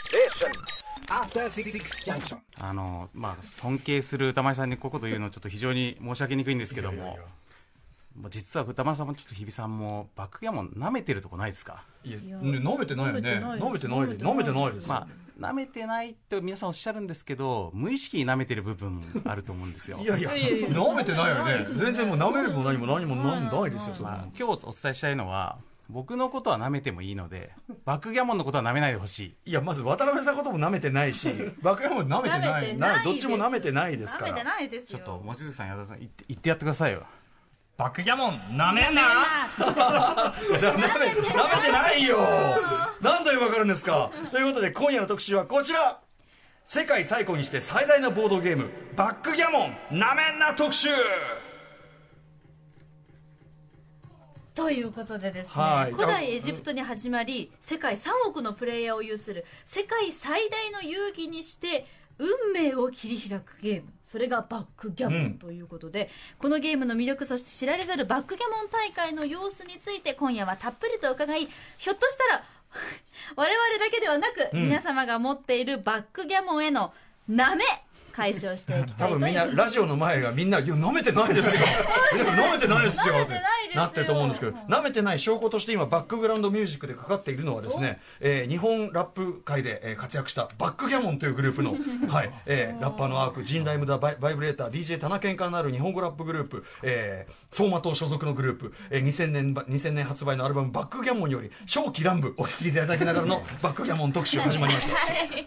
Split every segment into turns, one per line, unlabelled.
Station. After Six Junction.
あのまあ尊敬する歌丸さんにこういうこと言うのはちょっと非常に申し訳にくいんですけどももう実は歌丸さんもちょっと日比さんもバックギャモン舐めてるとこないですか
いや、ね
や
舐めてないよね。
舐
舐
め
め
て
て
な
ないい。
です
舐めてないです。
まあ舐めてないって皆さんおっしゃるんですけど無意識に舐めてる部分あると思うんですよ
いやいや、
いやいや
舐めてないよね。全然もう舐めるも何も何もなんないですよ、そん
まあ
な。
今日お伝えしたいのは僕のことは舐めてもいいのでバックギャモンのことは舐めないでほしい
いや、まず渡辺さんのことも舐めてないし、爆破も舐めて
舐
な
めて
い。
ない
などっちも舐めてないですから。
舐めてないです
ちょ
よ
っと望月さん矢田さん言って言ってやってくださいよ
バックギャモンなめんな
舐め舐めてないよ何度言わかるんですかということで今夜の特集はこちら世界最古にして最大のボードゲームバックギャモンなめんな特集
ということでですね、
はい
古代エジプトに始まり世界3億のプレイヤーを有する世界最大の遊戯にして運命を切り開くゲームそれがバックギャモ
う
ン
ん
ということで、このゲームの魅力そして知られざるバックギャモン大会の様子について今夜はたっぷりと伺いひょっとしたら 我々だけではなく、皆様が持っているバックギャモンへのなめ解消していきた
多
いという
分みんなラジオの前がみんな「いや舐めてない ですよいや舐めてないですよ」
舐めてないですよ
ってると思うんですけど舐めてない証拠として今バックグラウンドミュージックでかかっているのはですね、えー日本ラップ界でえー活躍したバックギャモンというグループ の、はいえーラッパーのアークジンライムダバイバイブレーター DJ 田中からなる日本語ラップグループ、えー、相馬党所属のグループ、えー2000年ば2000年発売のアルバム「バックギャモン」より「正気乱舞」お聴きいただきながらのバックギャモン特集始まりまし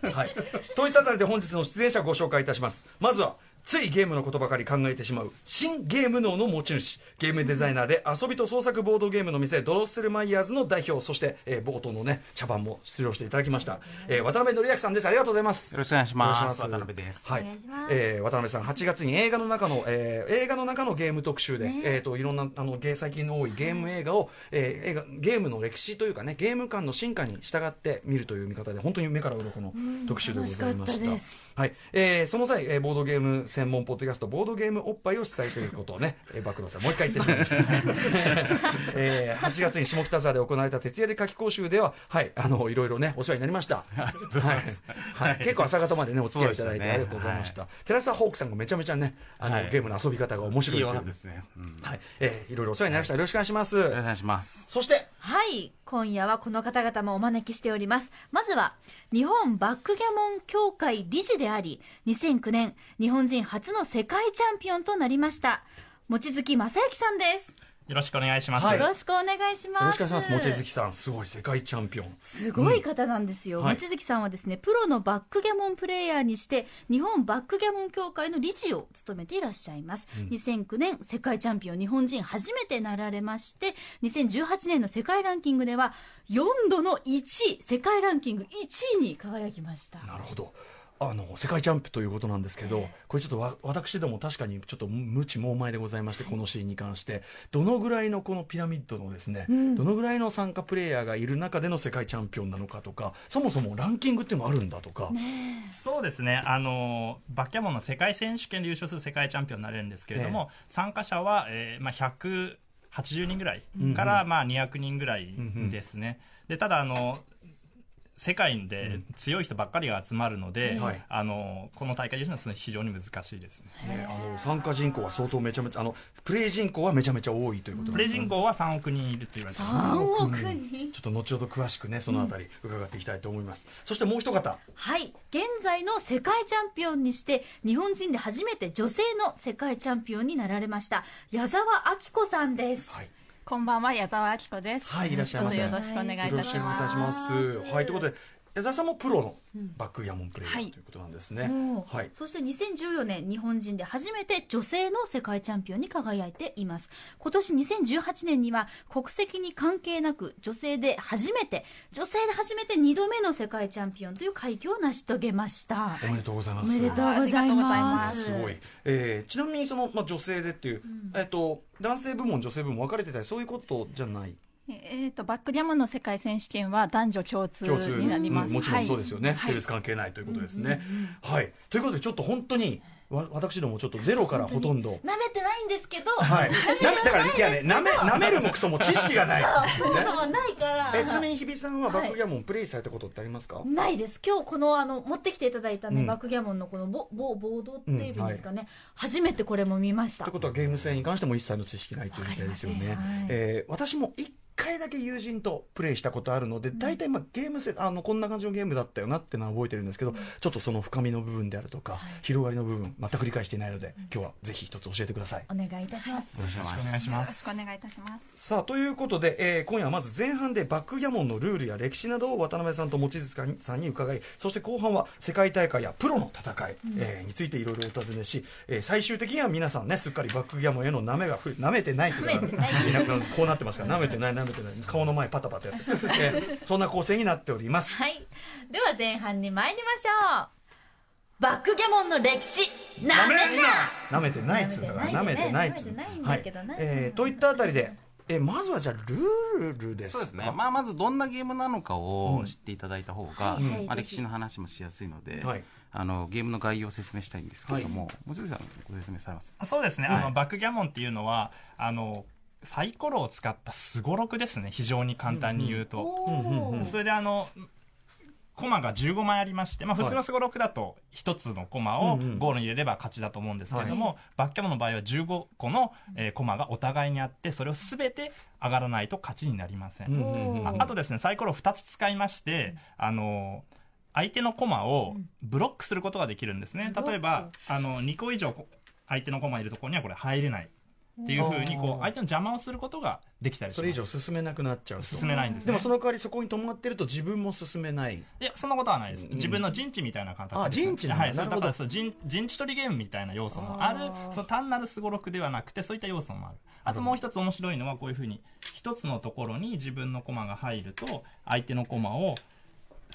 た はい、といったあたりで本日の出演者ご紹介いたしますまずはついゲームのことばかり考えてしまう新ゲーム脳の持ち主ゲームデザイナーで遊びと創作ボードゲームの店ドロッセルマイヤーズの代表そして、えー冒頭のね茶番も出場していただきました、えー渡辺紀明さんですありがとうございます
よろしくお願いします
よろしくお
渡
願いし
辺です
はい
願いします
えー渡辺さん8月に映画の中の、えー映画の中のゲーム特集で、えーといろんなあのゲー最近の多いゲーム映画を、えー映画ゲームの歴史というかねゲーム間の進化に従って見るという見方で本当に目から鱗の特集でございました,、
楽しかったです
はいえーその際、えーボードゲーム専門ポッドキャストボードゲームおっぱいを主催していることをね、えー、暴露さんもう一回言ってしまいました、 えー8月に下北沢で行われた徹夜で夏期講習でははいあのいろいろねお世話になりましたはいはい結構朝方までねお付き合いいただいて
そうでしたね
ありがとうございました、寺澤ホークさんがめちゃめちゃねあの、
はい
ゲームの遊び方が面白
い
い
い
と
お
いう
話ですね、うん、よ
はいえーいろいろお世話になりました、よろしくお願いします、
ろしくお願いします
そして
はい今夜はこの方々もお招きしておりますまずは日本バックギャモン協会理事であり2009年日本人初の世界チャンピオンとなりました望月正幸さんです、
よろしくお願いします、
はい
よろしくお願いします
よろしくお願いします望月さんすごい世界チャンピオン
すごい方なんですよ、
うんはい
望月さんはですねプロのバックギャモンプレイヤーにして日本バックギャモン協会の理事を務めていらっしゃいます、2009年世界チャンピオン日本人初めてなられまして2018年の世界ランキングでは4度の1位世界ランキング1位に輝きました
なるほどあの世界チャンプということなんですけど、これちょっとわ私ども確かにちょっと無知猛前でございまして、このシーンに関して、どのぐらいのこのピラミッドのですね、どのぐらいの参加プレイヤーがいる中での世界チャンピオンなのかとか、そもそもランキングっていうのがあるんだとか、
そうですねあのバックギャモンの世界選手権で優勝する世界チャンピオンになれるんですけれども、参加者は、えーまあ、180人ぐらいから、まあ、200人ぐらいですね、でただあの世界で強い人ばっかりが集まるので、
はい
あのこの大会優勝するのは非常に難しいですね
ね、あの参加人口は相当めちゃめちゃ、あのプレイ人口はめちゃめちゃ多いということなん
プ
で
レ
すね
人口は3億人いると言われてます
3億人
ちょっと後ほど詳しくね、そのあたり伺っていきたいと思います。そしてもう一方、
はい現在の世界チャンピオンにして日本人で初めて女性の世界チャンピオンになられました矢沢亜希子さんです、
はい
こんばんは、矢沢あきこです。
はいいらっしゃいませ
どうぞよろしくお願いいたし
よろ
ま
し
す。
くお願いいたします。はい、ということで、矢沢さんもプロのバックギャモンプレイヤ
は
ー
い
ということなんですね。
おー
はい。
そして2014年日本人で初めて女性の世界チャンピオンに輝いています今年2018年には国籍に関係なく女性で初めて女性で初めて2度目の世界チャンピオンという快挙を成し遂げました
おめでとうございま
お
す。
めでとうございま
あ
す
すごい、えーちなみにその、まあ、女性でっていう、えっと男性部門女性部門分かれてたりそういうことじゃない
えっ、と、バックギャモンの世界選手権は男女共通
共通
になります。。
うんもちろんそうですすよね、性別関係ないということですね、はいということでちょっと本当にわ私どもちょっとゼロからほとんど。
舐めてないんですけど、
はい。なめだから、いやね、なめ、なめるもクソも知識がない。
そもそもないから
えちなみに日比さんはバックギャモンプレイされたことってありますか、
ないです今日このあの持ってきていただいたね、
うん
バックギャモンのこのボボボードっていうんですかね、初めてこれも見ました
ってことはゲーム性に関しても一切の知識ないというみたいですよね。
わかりませんはい
えー私も一回だけ友人とプレイしたことあるので、大体まあゲーム性、あの、こんな感じのゲームだったよなってのは覚えてるんですけど、ちょっとその深みの部分であるとか、広がりの部分、全く理解していないので、今日はぜひ一つ教えてください。
お願いいたします
ろしくお願いします
願いしま
よろしくお願いいたします。
さあということで、えー今夜はまず前半でバックギャモンのルールや歴史などを渡辺さんと望月さんに伺いそして後半は世界大会やプロの戦い、えーについていろいろお尋ねし、えー最終的には皆さんねすっかりバックギャモンへの舐めがふ舐めてないというかいなくなるこうなってますから舐めてない舐めてない顔の前パタパ タやって、えーそんな構成になっております。
はいでは前半に参りましょうバックギャモンの歴史なめんな
舐めてないっつうんだから舐
舐
め
め
て
て
な
ないい
っ
ね
つう
舐めてないん
は
だ
い
けどな
えーといったあたりで、えーまずはじゃあルールです
そう
か
ですね、まあ、まずどんなゲームなのかを知っていただいた方が、
うんはい
まあ、
ぜひ
歴史の話もしやすいので、
はい
あのゲームの概要を説明したいんですけれども、望月さんご説明されます
そうですね、あのバックギャモンっていうのはあのサイコロを使ったすごろくですね非常に簡単に言うと、
おー
それであのコマが15枚ありまして、まあ、
はい
普通のすごろくだと1つのコマを
うんうん
ゴールに入れれば勝ちだと思うんですけれども、バッキャモンの場合は15個の、えーコマがお互いにあってそれを全て上がらないと勝ちになりません、
うんうんうん
ああとですねサイコロ2つ使いまして、あの相手のコマをブロックすることができるんですね、
ブロック
例えばあの2個以上こ相手のコマいるところにはこれ入れないっていうふうにこ
おー
う相手の邪魔をすることができたりします
それ以上進めなくなっちゃうと
進めないんですね
でもその代わりそこに止まってると自分も進めない
いや、そんなことはないです。
ん
自分の陣地みたいな形です、
あ陣地なんだ
はい。それ
なるほ
だ
ど
からそう陣、陣地取りゲームみたいな要素もある
あー。
その単なるすごろくではなくて、そういった要素もある。あともう一つ面白いのは、こういうふうに、一つのところに自分の駒が入ると、相手の駒を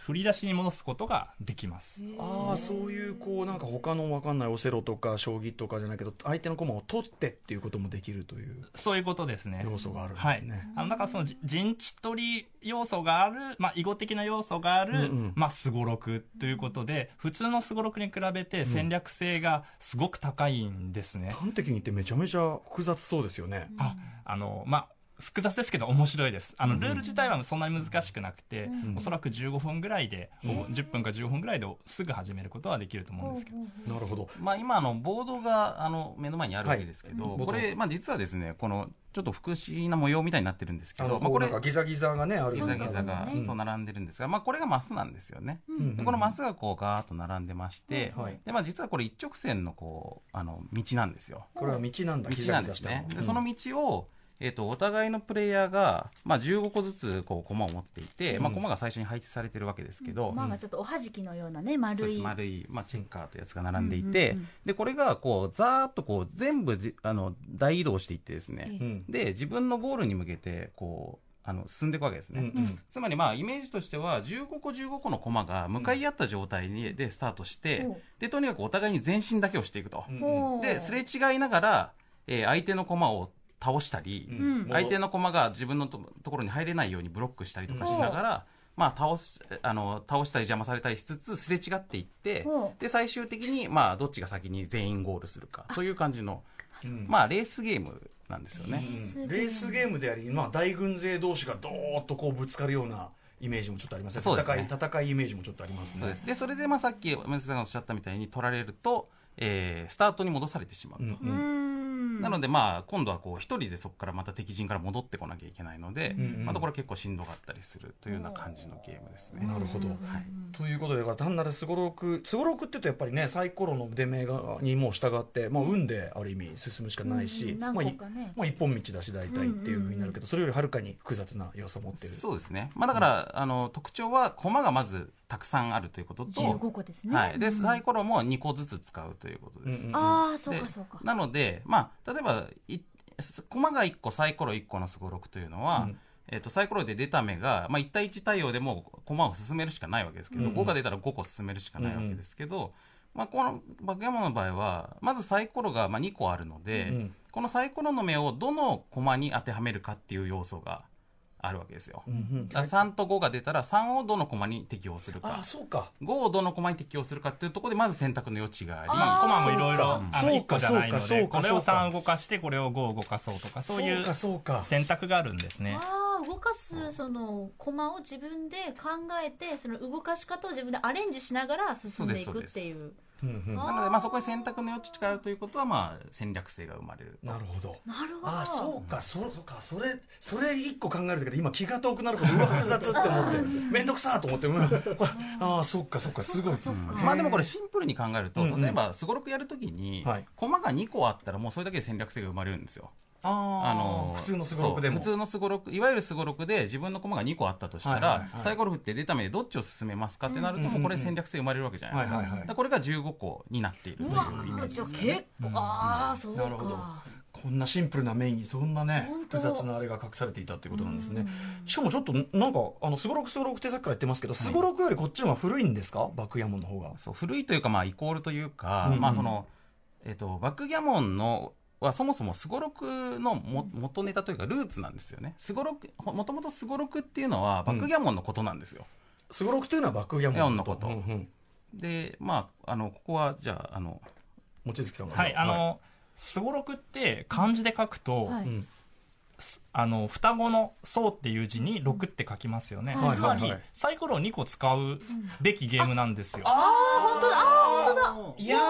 振り出しに戻すことができます。
ああそういうこうなんか他の分かんないオセロとか将棋とかじゃないけど相手の駒を取ってっていうこともできるという
そういうことですね。
要素があるんです
はい
ね、。
あの、だからそのじ陣地取り要素がある、まあ、囲碁的な要素がある、
うんうん
まあ、すごろくということで、普通のすごろくに比べて戦略性がすごく高いんですね。
端的に言ってめちゃめちゃ複雑そうですよね、
あ、あの、まあ、複雑ですけど面白いです。あの、ルール自体はそんなに難しくなくて、おそらく15分ぐらいで、お10分か15分ぐらいですぐ始めることはできると思うんですけど。
なるほど
まあ、今あのボードがあの目の前にあるわけですけど、
はいうん
これ、まあ、実はですねこのちょっと複式な模様みたいになってるんですけ
あ
ど
の、
まあ、
こ
こ
れ
れ
なんかギザギザがねある
ギザギザが
そうなんだね
そう並んでるんですが、まあ、これがマスなんですよね、
うんうん
でこのマスがこうガーッと並んでまして、
はい
でまあ、実はこれ一直線のこうあの道なんですよ
これは道なんだギ
道
ザ
なん
ギ
で
ザし
す
た
ね。で
うん
その道を、えっ、と、お互いのプレイヤーが、まあ、15個ずつ、こう、駒を持っていて、まあ、駒が最初に配置されてるわけですけど、
まあちょっとおはじきのようなね
そう
丸
です
い
丸い、まあ、チェッカーというやつが並んでいて、で、これが、こう、ざーっとこう、全部じ、あの、大移動していってですね、
うん
で、自分のゴールに向けて、こう、あの、進んでいくわけです
う
ね。
んうん
つまりまあイメージとしては15個15個の駒が向かい合った状態にでスタートして
うん
でとにかくお互いに前進だけをしていくと
うん
ほう
ですれ違いながら、えー相手の駒を倒したり、
ん
相手の駒が自分のとところに入れないようにブロックしたりとかしながら、まあ、倒しあの倒したり邪魔されたりしつつすれ違っていって
ほ
で最終的に、まあ、どっちが先に全員ゴールするかという感じの
うん
まあ、レースゲームなんですよね。
うんレースゲームであり、まあ、大軍勢同士がどーっとこうぶつかるようなイメージもちょっとありますね
そうです
戦い
ね
戦いイメージもちょっとありますね
そうですでそれで、まあ、さっき梅津さんがおっしゃったみたいに取られると、えースタートに戻されてしまうと。
うん
うーん
なので、まあ、今度はこう、一人でそこからまた敵陣から戻ってこなきゃいけないので、
うんうん
またこれ結構しんどかったりするというような感じのゲームですね。
なるほど、ということでだから単なるすごろくすごろくって言うとやっぱりねサイコロの出目がにもう従って、まあ、運である意味進むしかないし、
うん
まあい
何個かね
まあ、一本道だし大体っていうふうになるけど、それよりはるかに複雑な要素を持ってる
そうですね。まあ、だから、あの、特徴は、駒がまずたくさんあるということと、
15個ですね、
はい。で、サイコロも2個ずつ使うということです。
うんうん
ああそう
で
かそうか
なので、まあ、例えば、い駒が1個、サイコロ1個のすごろくというのは、
うん
えっとサイコロで出た目が、まあ、1対1対応でもう駒を進めるしかないわけですけど、
うんうん
5が出たら5個進めるしかないわけですけど、まあ、このバケモンの場合はまずサイコロがまあ2個あるので、
うん
このサイコロの目をどの駒に当てはめるかっていう要素があるわけですよ。
うんうん
だから3と5が出たら3をどの駒に適用する
あ
か
あ、そうか。
5をどの駒に適用するかっていうところでまず選択の余地があり
まあ、コマもいろいろ、あの、
そうか
1個じゃない
そう
の
かそ
で、
うか
これを
そうか
3動かして、これを5動かそうとか、そうい
そう
う
か、そうか。
選択があるんですね。
ああ動かすその駒を自分で考えてその動かし方を自分でアレンジしながら進んでい
そう
くっ
です
ていう
うんうん
なので、まあ、そこに選択の余地があるということは、まあ、戦略性が生まれる。
なるほど。
なるほど
ああそうかそそうかそれそれ一個考えるだけで今気が遠くなるほどうわ複雑って思って面倒くさーと思ってうんほらああそっかそっかすごい
そっかそっか
まあでもこれシンプルに考えると
うんうん
例えばすごろくやるときに
はい
駒が2個あったらもうそれだけで戦略性が生まれるんですよ。
あー
あの
普通のすごろくでも
そう普通のすごろくいわゆるすごろくで自分の駒が2個あったとしたら、
はいはいはい
サイコロ振って出た目でどっちを進めますかってなると、もうこれ戦略性生まれるわけじゃないですか,、
はいはいはい
これが15個になっているという
うわーじゃあ結構ああそう
なるほど
か
こんなシンプルなメインにそんなね
本当
複雑なあれが隠されていたっていうことなんですねしかもちょっとなんかあのすごろくすごろくってさっきから言ってますけどすごろくよりこっちの方が古いんですかバックヤモンの方が
そう古いというか、まあ、イコールというか、
うんうん
まあそのえっとバックギャモンのはそもそもすごろくのも元ネタというかルーツなんですよねすごろくもともとすごろくっていうのはバックギャモンのことなんですよ、
すごろくというのはバックヤモンのこと
ヤモンの
うんうん
でまああのここはじゃああの
望月さんが
はい、あの、すごろくって漢字で書くと、
はい
うん
あの、双子の層っていう字に6って書きますよね。
はい
つま
はい
り
はい、
サイコロを2個使うべきゲームなんですよ。
本当だあー本当だ
いや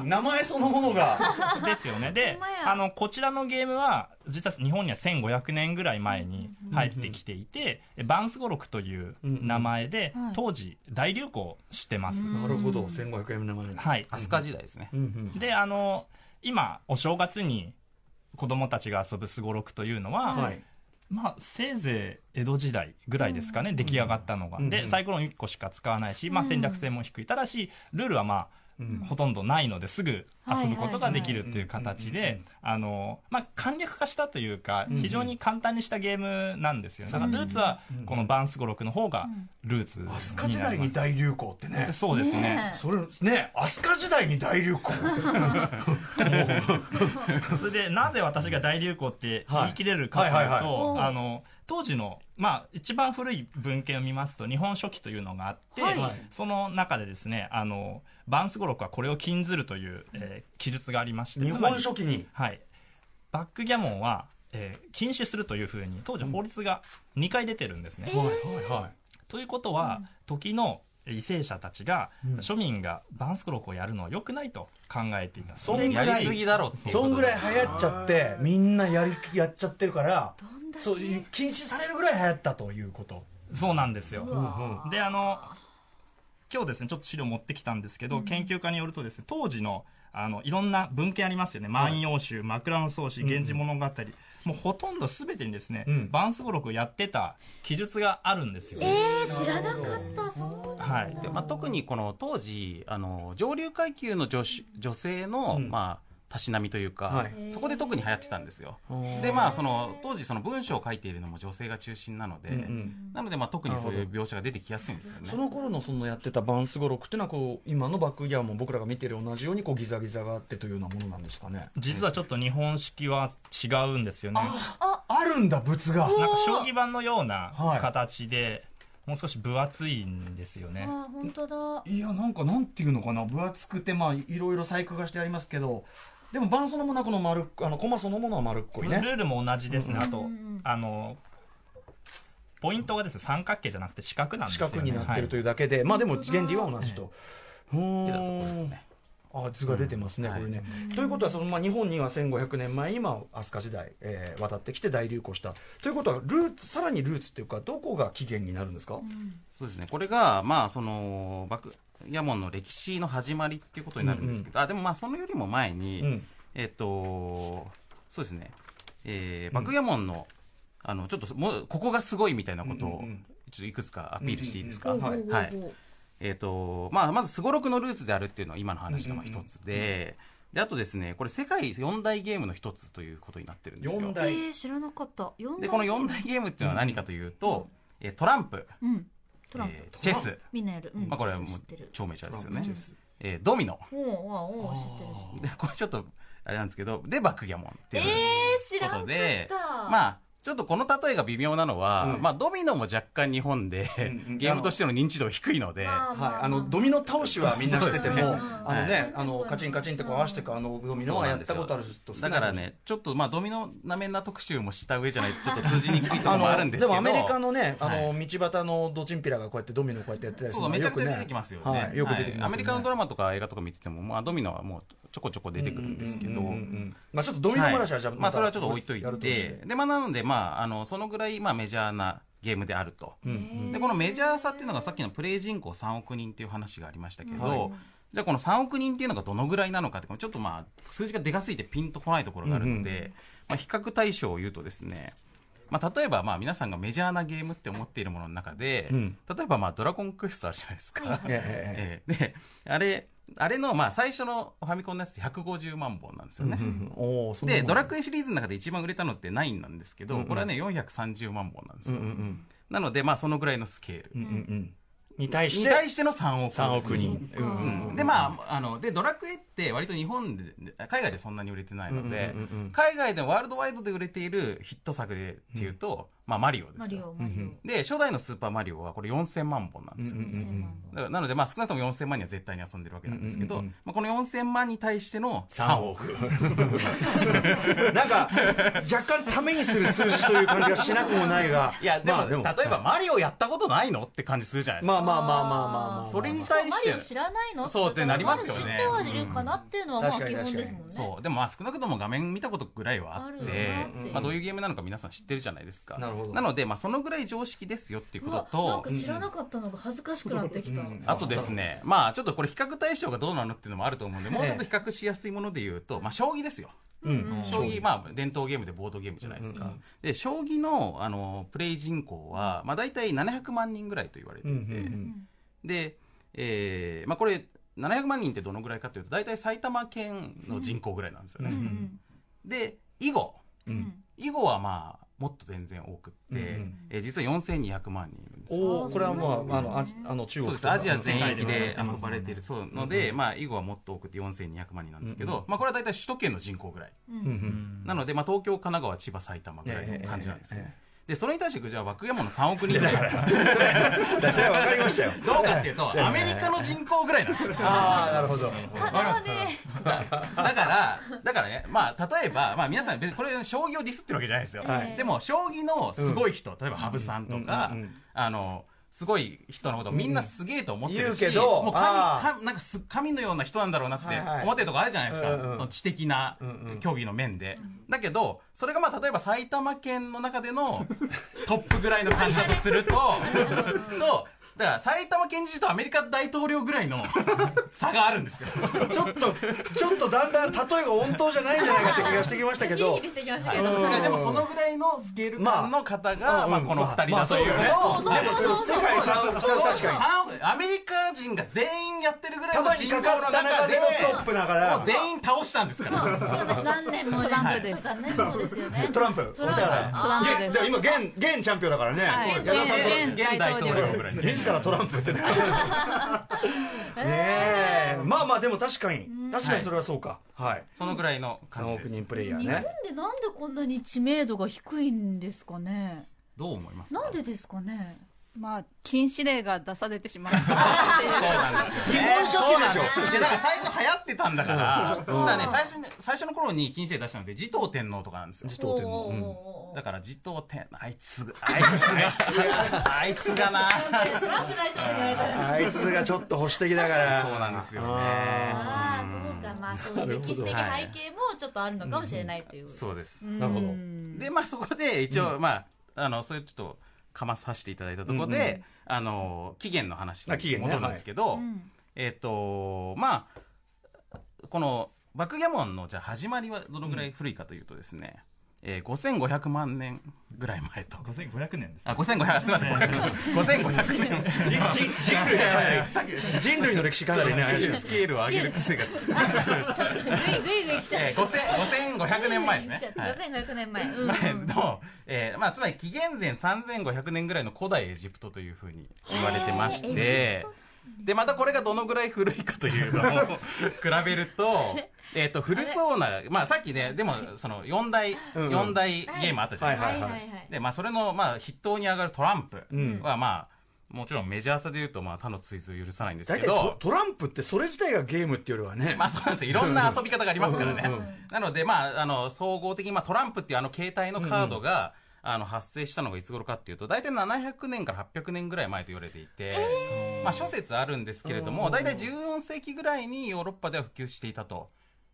ーん名前そのものが
ですよね。で
ほんま、や
あの、こちらのゲームは、実は日本には1500年ぐらい前に入ってきていて、バンスゴロクという名前で
うんうんはい、
当時大流行してます。
なるほど1500円の名前が
はい。
飛鳥時代ですね、
うんうん
で、あの、今、お正月に子供たちが遊ぶすごろくというのは、
はい。
まあ、せいぜい江戸時代ぐらいですかね、出来上がったのが。
うんう
で、
ん
サイコロ1個しか使わないし、まあ、戦略性も低い。ただし、ルールはまあ、ほとんどないのですぐ遊ぶことができるっていう形
はいはいはい
で、あの、まあ、簡略化したというか、非常に簡単にしたゲームなんですよね。だから、ルーツは、このバンスゴロクの方が、ルーツになりま
飛
す。
鳥時代に大流行ってね。
そうですね
ね。
それね、飛鳥時代に大流行。
それで、なぜ私が大流行って言い切れるかというと、
はいはいはいは
あの、当時の、まあ、一番古い文献を見ますと、日本書紀というのがあって、
はい
その中でですね、あの、バンス語録はこれを禁ずるという、えー記述がありまして、
日
つまり
本書紀に。
はい。バックギャモンは、えー禁止するというふうに、当時法律が2回出てるんですね。
はいはいは
ということは、時の為政者たちが、庶民がバンス語録をやるのは良くないと考えていた。
そんぐ
や
ら
りすぎ
い、
だろっていう
そんぐらい
ことで
流行っちゃって、みんなやり、やっちゃってるから、
んだけ
そういう、禁止されるぐらい流行ったということ。
そうなんですよ。
うわー
であの今日ですねちょっと資料持ってきたんですけど、研究家によるとですね当時のあのいろんな文献ありますよね「万葉集」「枕草子」「源氏物語」もうほとんど全てにですね、
うん
バンス語録をやってた記述があるんですよ、
えー、知らなかったそうなんだ
はい
でまあ、特にこの当時あの上流階級の女子女性の、
うん
まあたしなみというか、
はい
そこで特に流行ってたんですよ
ー
でまあその当時その文章を書いているのも女性が中心なので、
うんうん
なのでまあ特にそういう描写が出てきやすいんですよね
その頃のそのやってたバンス語録っていうのはこう今のバックギャーも僕らが見てる同じようにこうギザギザがあってというようなものなんですかね
実はちょっと日本式は違うんですよね
あるんだ仏が
なんか将棋盤のような
はい
形で、もう少し分厚いんですよね
あー本当だ
いやなんかなんていうのかな分厚くてまあいろいろ細工がしてありますけどでも盤そのものはこの丸っあのコマそのものは丸っこい
ル
ね
ールも同じですね、あ
う
と
んうんうん
あのポイントがですね三角形じゃなくて四角なんです
四
よ、ね、
角になってると
は
いうだけで、まあでも原理は同じと。う
ってたところです
ーん
ね
あ図が出てますね、
うん
これね、ということはその、まあ、日本には1500年前今飛鳥時代、えー渡ってきて大流行したということはルーツさらにルーツっていうかどこが起源になるんですか、
そうですねこれがまあそのバクヤモンの歴史の始まりっていうことになるんですけど、あでもまあそのよりも前に、
うん
えっとそうですね、えー、バクヤモンの、あのちょっともうここがすごいみたいなこと
うんう
を
んうん
ちょっといくつかアピールしていいですか、
うんうんうん
ほうほうほうほう
はいえっ、と、まあ、まずすごろくのルーツであるっていうのは今の話がまあ一つで、で、あとですね、これ世界四大ゲームの一つということになってるんですよ
四。
え
大
ー、知らなかった四大
で、この四大ゲームっていうのは何かというと、えートランプ、
うんトランプ、
えーチェス、
みんなやる、うん
まあこれはもう
知ってる
超メジャーですよね
チェス。
えードミノ。
おうおうおう知ってる
で、これちょっと、あれなんですけど、で、バックギャモンって
え
いう
ー、知ら
こ
なか
と
っ
で、
た、
まあ、ちょっとこの例えが微妙なのは、まあドミノも若干日本で、
うんうん
ゲームとしての認知度低いので、
まあまあ
はい、あのドミノ倒しはみんなしてて
そう
も、
ですね
あのね、
は
あのカチンカチンってこう合わせていくあのドミ
そ
ノ
う
は
な
や
ん
っ
です
た
よ
ことある人少
だ
ないか
か
もし
ら
れない
ね、ちょっとまあドミノなめんな特集もした上じゃないと、ちょっと通じにくいとこ
あ
ろも
の
あるんですけ ど、
もアメリカのね、あの
は
道端のドチンピラがこうやってドミノこうやってやってたりす
そう
る
そうめ
の
ちゃ
よ
く
く
ちゃ
ね
出てきますよね。
はい、よく出てき
はいア
ますよね、
メリカのドラマとか映画とか見てても、まあドミノはもうちょこちょこ出てくるんですけど、
うんうんうんうんまあちょっとドミノ話はじゃあ、
まあ、それはちょっと置いとい、
やるして
でまあ、なので、まあ、あのそのぐらい、まあ、メジャーなゲームであると、でこのメジャーさっていうのが、さっきのプレイ人口3億人っていう話がありましたけど、じゃあ、この3億人っていうのがどのぐらいなのかって、ちょっとまあ数字がでかすぎてピンとこないところがあるので、まあ、比較対象を言うとですね、まあ、例えばまあ皆さんがメジャーなゲームって思っているものの中で、
ん
例えばまあドラゴンクエストあるじゃないですか。
ええ
ええ
え
であれあれのまあ最初のファミコンのやつって150万本なんですよね。
えおーそんなも
で
ん
ドラクエシリーズの中で一番売れたのって9なんですけど、
うんうん
これはね430万本なんです
うん
よ、
うんうん
なのでまあそのぐらいのスケール、
うんうんうんに対し
に
て
対しての3億
3億人、うんうんうん
でまああのでドラクエって割と日本で海外でそんなに売れてないので、
うんうんうんうん
海外でワールドワイドで売れているヒット作でっていうと、まあマリオで
マ
す
リ
よ
オ、マリオ。
で初代のスーパーマリオはこれ4000万本なんですよ、
うんうん
千万
だからなので、まあ、少なくとも4000万人は絶対に遊んでるわけなんですけど、
うんうんうん
まあ、この4000万に対しての
3億なんか若干ためにする数字という感じがしなくもないが
いやでも,、
まあ
例えばマリオやったことないのって感じするじゃないですか、
まあまあまあまあまあまあまあ
それに
しかも
対
マ
し
リ
て
オ知らないの
そうってなりますよね
知ってはいるかなっていうのはまあ
うん
基本ですもんね。
そうでもまあ少なくとも画面見たことぐらいはあって
あるよなって
まあ、どういうゲームなのか皆さん知ってるじゃないですか
なるほど
ので、まあ、そのぐらい常識ですよっていう
う
こ
わ
と
なん
と
か知らなかったのが恥ずかしくなってきた。
あとですね、まあ、ちょっとこれ比較対象がどうなのっていうのもあると思うんでもうちょっと比較しやすいもので言うと、まあ、将棋ですよ
うん
将棋、まあ、伝統ゲームでボードゲームじゃないですか、で将棋のあのプレイ人口は、まあ、大体700万人ぐらいと言われていて、で、えーまあ、これ700万人ってどのぐらいかというと大体埼玉県の人口ぐらいなんですよね、
うん
うん
で囲碁
うん
囲碁はまあもっと全然多くって、
うんうん
えー実は4200万人いるんですよ
おおこれはまああのああの中
そうで
国と
す
か
アジア全域
世界で
で
はやってますもんね
遊ばれているそうので、まあ、囲碁はもっと多くて4200万人なんですけど、まあ、これは大体首都圏の人口ぐらい、
うんうん
なので、まあ、東京神奈川千葉埼玉ぐらいの感じなんですよね、
ええ
でそれに対してじゃあ爆山の3億人ぐらい
だからそれは分かりましたよ
どうかっていうとアメリカの人口ぐらいなんですよ
ああなるほど
金はね、
だから、だからね、まあ、例えば、まあ、皆さん、別にこれ、将棋をディスってるわけじゃないですよ。
はい
でも、将棋のすごい人、例えば、羽生さんとか、
うんうんうん
あの、すごい人のことをみんなすげえと思ってるし、
言うけど
もう
あー
神、神なんかす神のような人なんだろうなっ
はいはい
て思ってるとこあるじゃないですか。
うんうん
その知的な競技の面で。だけど、それがまあ、例えば埼玉県の中で のトップぐらいの感じだとすると、と、だから埼玉県知事とアメリカ大統領ぐらいの差があるんですよ。
ちょっとちょっとだんだん例えが温当じゃないんじゃないかって気がしてきましたけ
ヒリ
ど
ヒリしてきました
はい
け
い
ど。
やでもそのぐらいのスケール感の方
まあ
が、まあ、
うん
この2人
まあ
だというのを
そうそうそうそう
世界三億それは確かに
あアメリカ人が全員やってるぐら
た
いの
ま
人
に
口
か
の
かった
中
中
で
でのトップだから
もう全員倒したんですから
そう何年も何年とかね、そうですよね。
トランプ
トランプあー
現だから今現現チャンピオンだからね、
はい
矢沢さんと
現
現大統領ぐらい
自らトランプってねねえまあまあでも確かに確かにそれはそうかはい、
そのぐらいの感
3
じ
億
です
人プレイヤー
日本
ね
でなんでこんなに知名度が低いんですかね。
どう思いますか
なんでですかね。
まあ、禁止令が出されてしまった
そうなんですよ、
日本初期でしょ
いやだから最初流行ってたんだから、だからね最初に最初の頃に禁止令出したのって持統天皇とかなんですよ
持統天皇うん
も
だから持統天あいつあいつがあいつがな
うトランプ大統領に言われたら。
あいつがちょっと保守的だから
そうなんですよね
ああ、そうか、まあ、そういう歴史的背景もちょっとあるのかもしれないという。
そうです、
なるほど
でまあそこで一応、まああのそういうちょっとかまさせていただいたところで、あの期限の話に
あ期限ね
戻るんですけど、
ん
えっ、とまあこのバックギャモンのじゃあ始まりはどのぐらい古いかというとですね、えー、5500万年ぐらい前と。
5500年です
あ、
ね
5500、すみません、5500年。
人人類がかなり人類の歴史かなりね怪しいです
スケールを上げる癖が。
ちょっとぐいぐいぐい来ちゃ
え
う
ー、。5000 5500年 前ですね。はい
5500年前。うん
前の、えーまあ、つまり紀元前3500年ぐらいの古代エジプトというふうに言われてまして、でまたこれがどのぐらい古いかというのを比べると、えっと、古そうな、まあさっきね、でも、その4大、
うんうん
4大ゲームあったじゃないですか。
は
は
い
いはいはい
で、まあそれの、まあ筆頭に上がるトランプ
ん
は、まあ、もちろんメジャーさで言うと、まあ他の追随を許さないんです
大
け
体ト
ど、
トランプってそれ自体がゲームっていうよりはね、
まあそうなんですよいろんな遊び方がありますからね
うんうんうん。
なので、まあ、あの、総合的に、まあトランプっていうあの携帯のカードが、あの、発生したのがいつ頃かっていうと、大体700年から800年ぐらい前と言われていて、まあ諸説あるんですけれども、大体14世紀ぐらいにヨーロッパでは普及していたと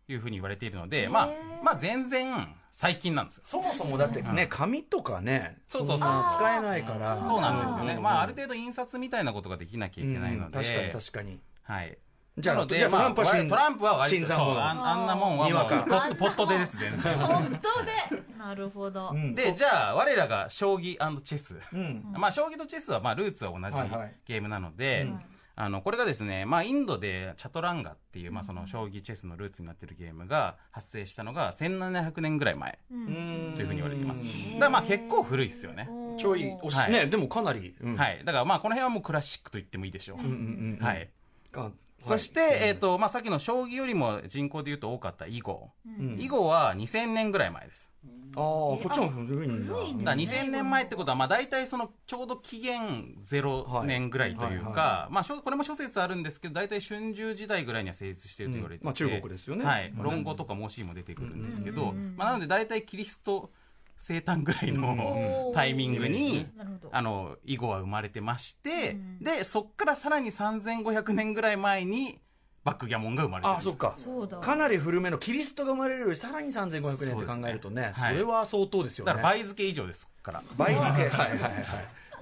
いうふうに言われているので、まあ、まあ全然最近なんですよ。
そもそもだってね、紙とかね、
そうそうそうん
なの使えないから、
そうなんですよね。まあ、ある程度印刷みたいなことができなきゃいけないので。
うん確かに確かに。
はい。
じゃあ
なので
じゃあトランプ
ま
は
あ
新
トランプは割
新
と
参者
そうあんあんなもんは
に
も
わ
う
か
ポッポットでです、全然。
本当でなるほど、
うん
で、じゃあ、我らが将棋チェス。
うん
まあ、将棋とチェスは、まあ、ルーツは同じ
はいはい
ゲームなので、あの、これがですね、まあ、インドでチャトランガっていう、まあ、その、将棋チェスのルーツになってるゲームが発生したのが1700年ぐらい前というふうに言われてます。だから、まあ、結構古いですよね。
ちょいおし
はい
ね、でもかなり、うん
はい。だから、まあ、この辺はもうクラシックと言ってもいいでしょう。
うんうんうん
はい。
が
そして、えっ、と、まあ、さっきの将棋よりも人口で言うと多かった囲碁。
ん
囲碁は2000年ぐらい前です。
ああこっちも古いんだ
古いん
だから2000年前ってことは、まあ、大体その、ちょうど紀元0年ぐらいという
はいはい
か、まあ、しょこれも諸説あるんですけど、大体春秋時代ぐらいには成立していると言われていて、
うんまあ中国ですよね
はい。論語とか孟子にも出てくるんですけど、まあ、なので大体キリスト生誕ぐらいの
うん
タイミングに、
なるほど
あの、囲碁は生まれてまして、で、そっからさらに3500年ぐらい前に、バックギャモンが生まれてるん
あ
です
そっか
そうだ
かなり古めのキリストが生まれるよりさらに3500年って考えるとねそれは相当ですよね
だから倍付け以上ですから。
倍付けはいはいはい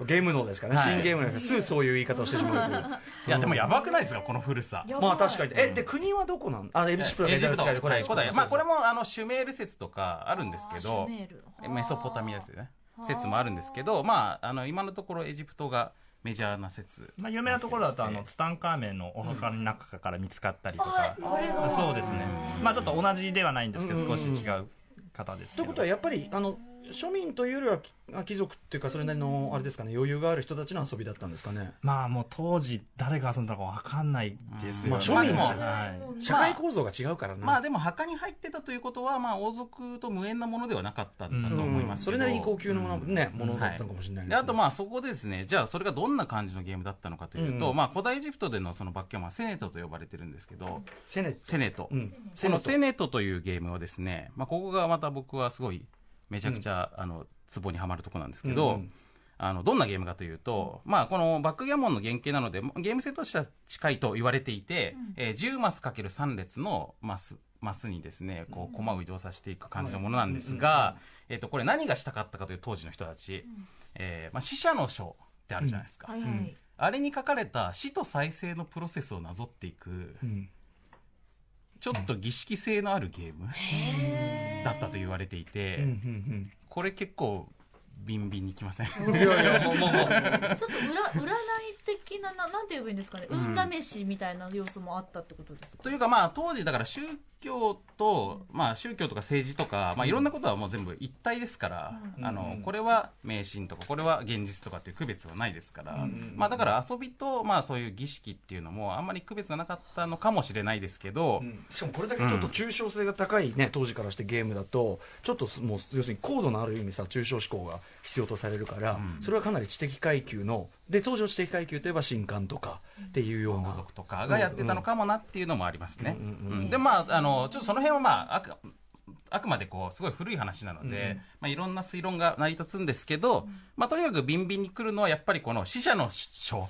ゲーム脳ですからね、
はい
新ゲームなんからすぐそういう言い方をしてしまうという
いや、でもやばくないですか、この古さ。
やばい
まあ確かにえで国はどこなんあエジプトだ
エ
ね
ジプト、
じゃあ
古
違う
代、古代。まあ、これ
も
も、あの、シュメール説とかあるんですけ
あ
ど
シュメール、
えメソポタミアですよね。説もあるんですけど、まあ、あの、今のところエジプトがメジャーな説。
まあ、有名なところだとあのツタンカーメンのお墓の中から見つかったりとか、
これが
あそうですね、まあ、ちょっと同じではないんですけど少し違う方ですけ
とい
ど
うことはやっぱりあの庶民というよりはきあ貴族っていうかそれなりのあれですかね余裕がある人たちの遊びだったんですかね
まあもう当時誰が遊んだかわかんないですよね、
まあ庶民ですよね
はい
社会構造が違うからな
まあ、でも墓に入ってたということは、まあ、王族と無縁なものではなかったんだと思います
そ
けど
れなりに高級なもの,、ね、ものだったのかもしれない
であとまあそこでですねじゃあそれがどんな感じのゲームだったのかというと、
うんうん
まあ、古代エジプトでのそのバッキャマンはセネトと呼ばれてるんですけど
セネ
セネト、
うん
このセネトというゲームはですね、まあ、ここがまた僕はすごいめちゃくちゃ、あのツボにはまるとこなんですけど、
うんうん
あのどんなゲームかというと、まあ、このバックギャモンの原型なのでゲーム性としては近いと言われていて、えー10マス ×3 列のマスマスにですねこう駒を移動させていく感じのものなんですが、えっとこれ何がしたかったかという当時の人たち、えーまあ、死者の書ってあるじゃないですか、
はいはい、
あれに書かれた死と再生のプロセスをなぞっていく、
ん
ちょっと儀式性のあるゲームだったと言われていて、
うん
これ結構ビンビンにきません
うんうん、いやいやもうもう
ちょっと裏占い的なななんて言えばいいんですかね運試しみたいな要素もあったってことですか、
というかまあ当時だから宗教と、まあ宗教とか政治とか、まあいろんなことはもう全部一体ですから、あの、これは迷信とか、これは現実とかっていう区別はないですから、まあだから遊びと、まあそういう儀式っていうのもあんまり区別がなかったのかもしれないですけど、
しかもこれだけちょっと抽象性が高いね、当時からしてゲームだとちょっとすもう要するに高度のある意味さ抽象思考が必要とされるから、それはかなり知的階級ので当時の知的階級といえば神官とかっていうような
王族とかがやってたのかもなっていうのもありますね。うんでまああのちょっとその辺はまああくあくまでこうすごい古い話なので、まあ、いろんな推論が成り立つんですけど、まあ、とにかくビンビンに来るのはやっぱりこの死者の書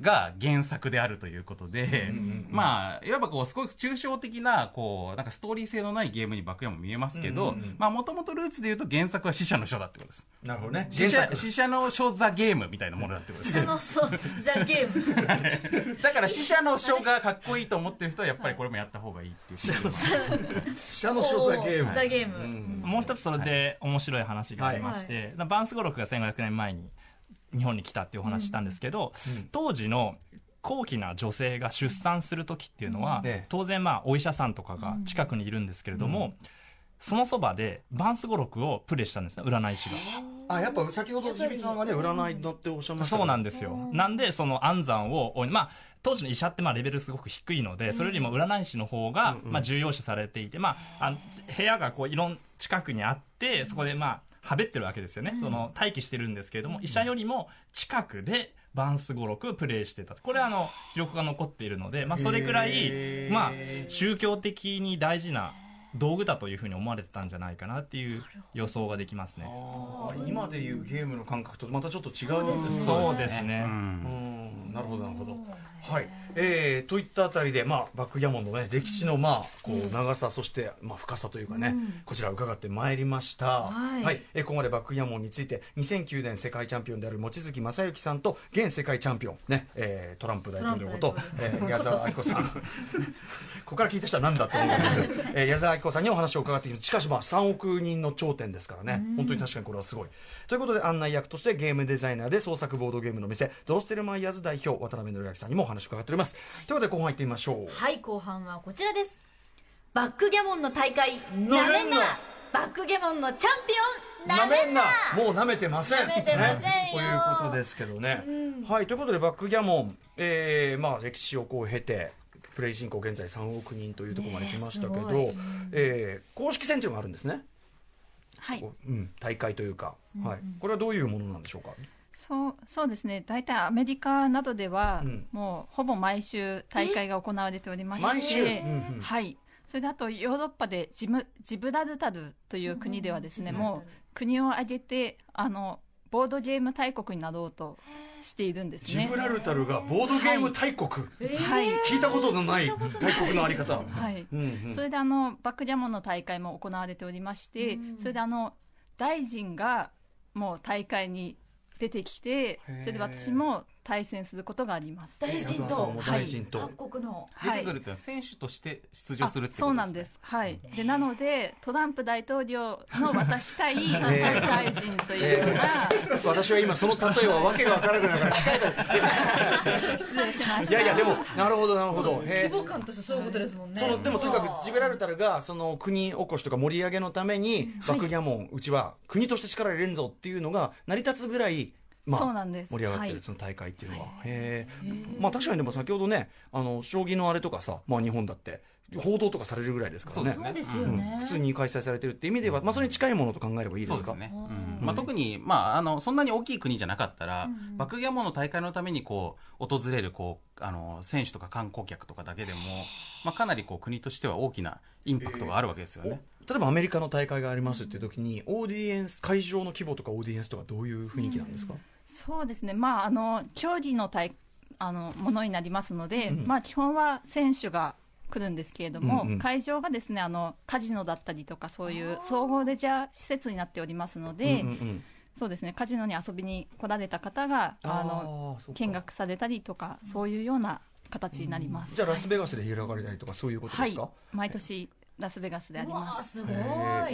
が原作であるということで、まあいわばこうすごく抽象的なこうなんかストーリー性のないゲームに爆弾も見えますけどもともとルーツでいうと原作は死者の書だってことです
なるほどね
死者死者の書ザゲームみたいなものだってことです
そのそうザ・ゲーム
だから死者の書がかっこいいと思ってる人はやっぱりこれもやった方がいいっていうことです
社の所在ゲーム
ザ・ゲーム、
もう一つそれで面白い話がありまして、バンス語録が1500年前に日本に来たっていうお話したんですけど、当時の高貴な女性が出産する時っていうのは、
うんええ
当然まあお医者さんとかが近くにいるんですけれども、そのそばでバンス語録をプレイしたんですね占い師が。
あやっぱ先ほど日比さんがね占いのっておっしゃいましたけど
そうなんですよ。なんで、その安産を、おまあ、当時の医者ってまあレベルすごく低いので、それよりも占い師の方がまあ重要視されていて、まあ、あの部屋がこういろん近くにあって、そこでまあ、はべってるわけですよね。その待機してるんですけれども、医者よりも近くで、バンス語録をプレイしてた。これはあの、記録が残っているので、まあそれくらい、まあ宗教的に大事な道具だというふうに思われてたんじゃないかなっていう予想ができますね。
今でいうゲームの感覚とまたちょっと違うんですね
そうですね。
うんなるほどなるほど。はい、えー、といったあたりで、まあ、バックギャモンの、ね、歴史の、まあ、こう長さ、そして、まあ、深さというかね、こちら伺ってまいりました、
はい
えーここまでバックギャモンについて2009年世界チャンピオンである望月正幸さんと現世界チャンピオン、ねえートランプ大統領こと
トランプ
えー矢沢亜希子さんここから聞いた人は何だって思うんですけど、えー矢沢亜希子さんにお話を伺っているしかし、まあ、3億人の頂点ですからね本当に確かにこれはすごいということで案内役としてゲームデザイナーで創作ボードゲームの店ドロステルマイヤーズ代表渡辺則明さんにもお話を伺っておりますということで後半行ってみましょう
はい後半はこちらですバックギャモンの大会
な
な
め
め
ん
ん
な
なバックギャモンのチャンピオン
な
な
め
め
ん
ん
な
な
もうなめてません
舐めてませんよ
ねということですけどね、はいということでバックギャモン、えーまあ、歴史をこう経てプレイ人口現在3億人というところまで来ましたけど、
ねえすごい
えー公式戦というのがあるんですね、
はい。
うん、大会というか、はい、これはどういうものなんでしょうか、
そう、そうですね。大体アメリカなどでは、
うん
もうほぼ毎週大会が行われておりまして。
毎週うんうん
はい。それであとヨーロッパでジム、ジブラルタルという国ではですね、もう国を挙げて、あの、ボードゲーム大国になろうとしているんです
ジ
ね
ブ。ラルタルがボードゲーム大国、
はい。
聞いたことのない大国のあり方、
はい。
うんうん
それであのバックギャモンの大会も行われておりまして、それであの大臣がもう大会に出てきて
へー
それで私も対戦することがあります
大臣
矢沢さん
と
も大臣と、
各国の
出
は
て
い
くるっていうのは選手として出場
あ
するって
そ
こと
うなんです、はい、でなので、トランプ大統領の私対大臣というのが、
私は今その例えはわけがわからなくなるから控えた
失礼しました。
いやいやでもなるほどなるほど、へえ
規模感としてそういうことですもんね
そのでもとにかくジブラルタルがその国おこしとか盛り上げのためにバックギャモン、うちは国として力入れんぞっていうのが成り立つぐらい、まあ、
そうなんです
盛り上がってる、
はい
その大会っていうのは、へえまあ確かにでも先ほどねあの将棋のあれとかさ、まあ、日本だって報道とかされるぐらいですからね
そうですよね、
普通に開催されてるって意味では、まあ、それに近いものと考えればいいで
そう
す
で
か
すね、うんまあ、特に、まあ、あのそんなに大きい国じゃなかったら、バックギャモンの大会のためにこう訪れるこうあの選手とか観光客とかだけでも、まあ、かなりこう国としては大きなインパクトがあるわけですよ
お
ね。
例えばアメリカの大会がありますっていう時にオーディエンス会場の規模とかオーディエンスとかどういう雰囲気なんですか、
そうですね、まあ、あの競技の大あのものになりますので、まあ、基本は選手が来るんですけれども、
うんうん
会場がですねあのカジノだったりとか、そういう総合レジャー施設になっておりますので、
うんうん
そうですね、カジノに遊びに来られた方があの
あーそうか
見学されたりとか、そういうような形になります。
じゃあラスベガスで開かれたりとかそういうこと
は
です
い
か、、
毎年ラスベガスであり
うわ
ま
あ
す。
すごい、
え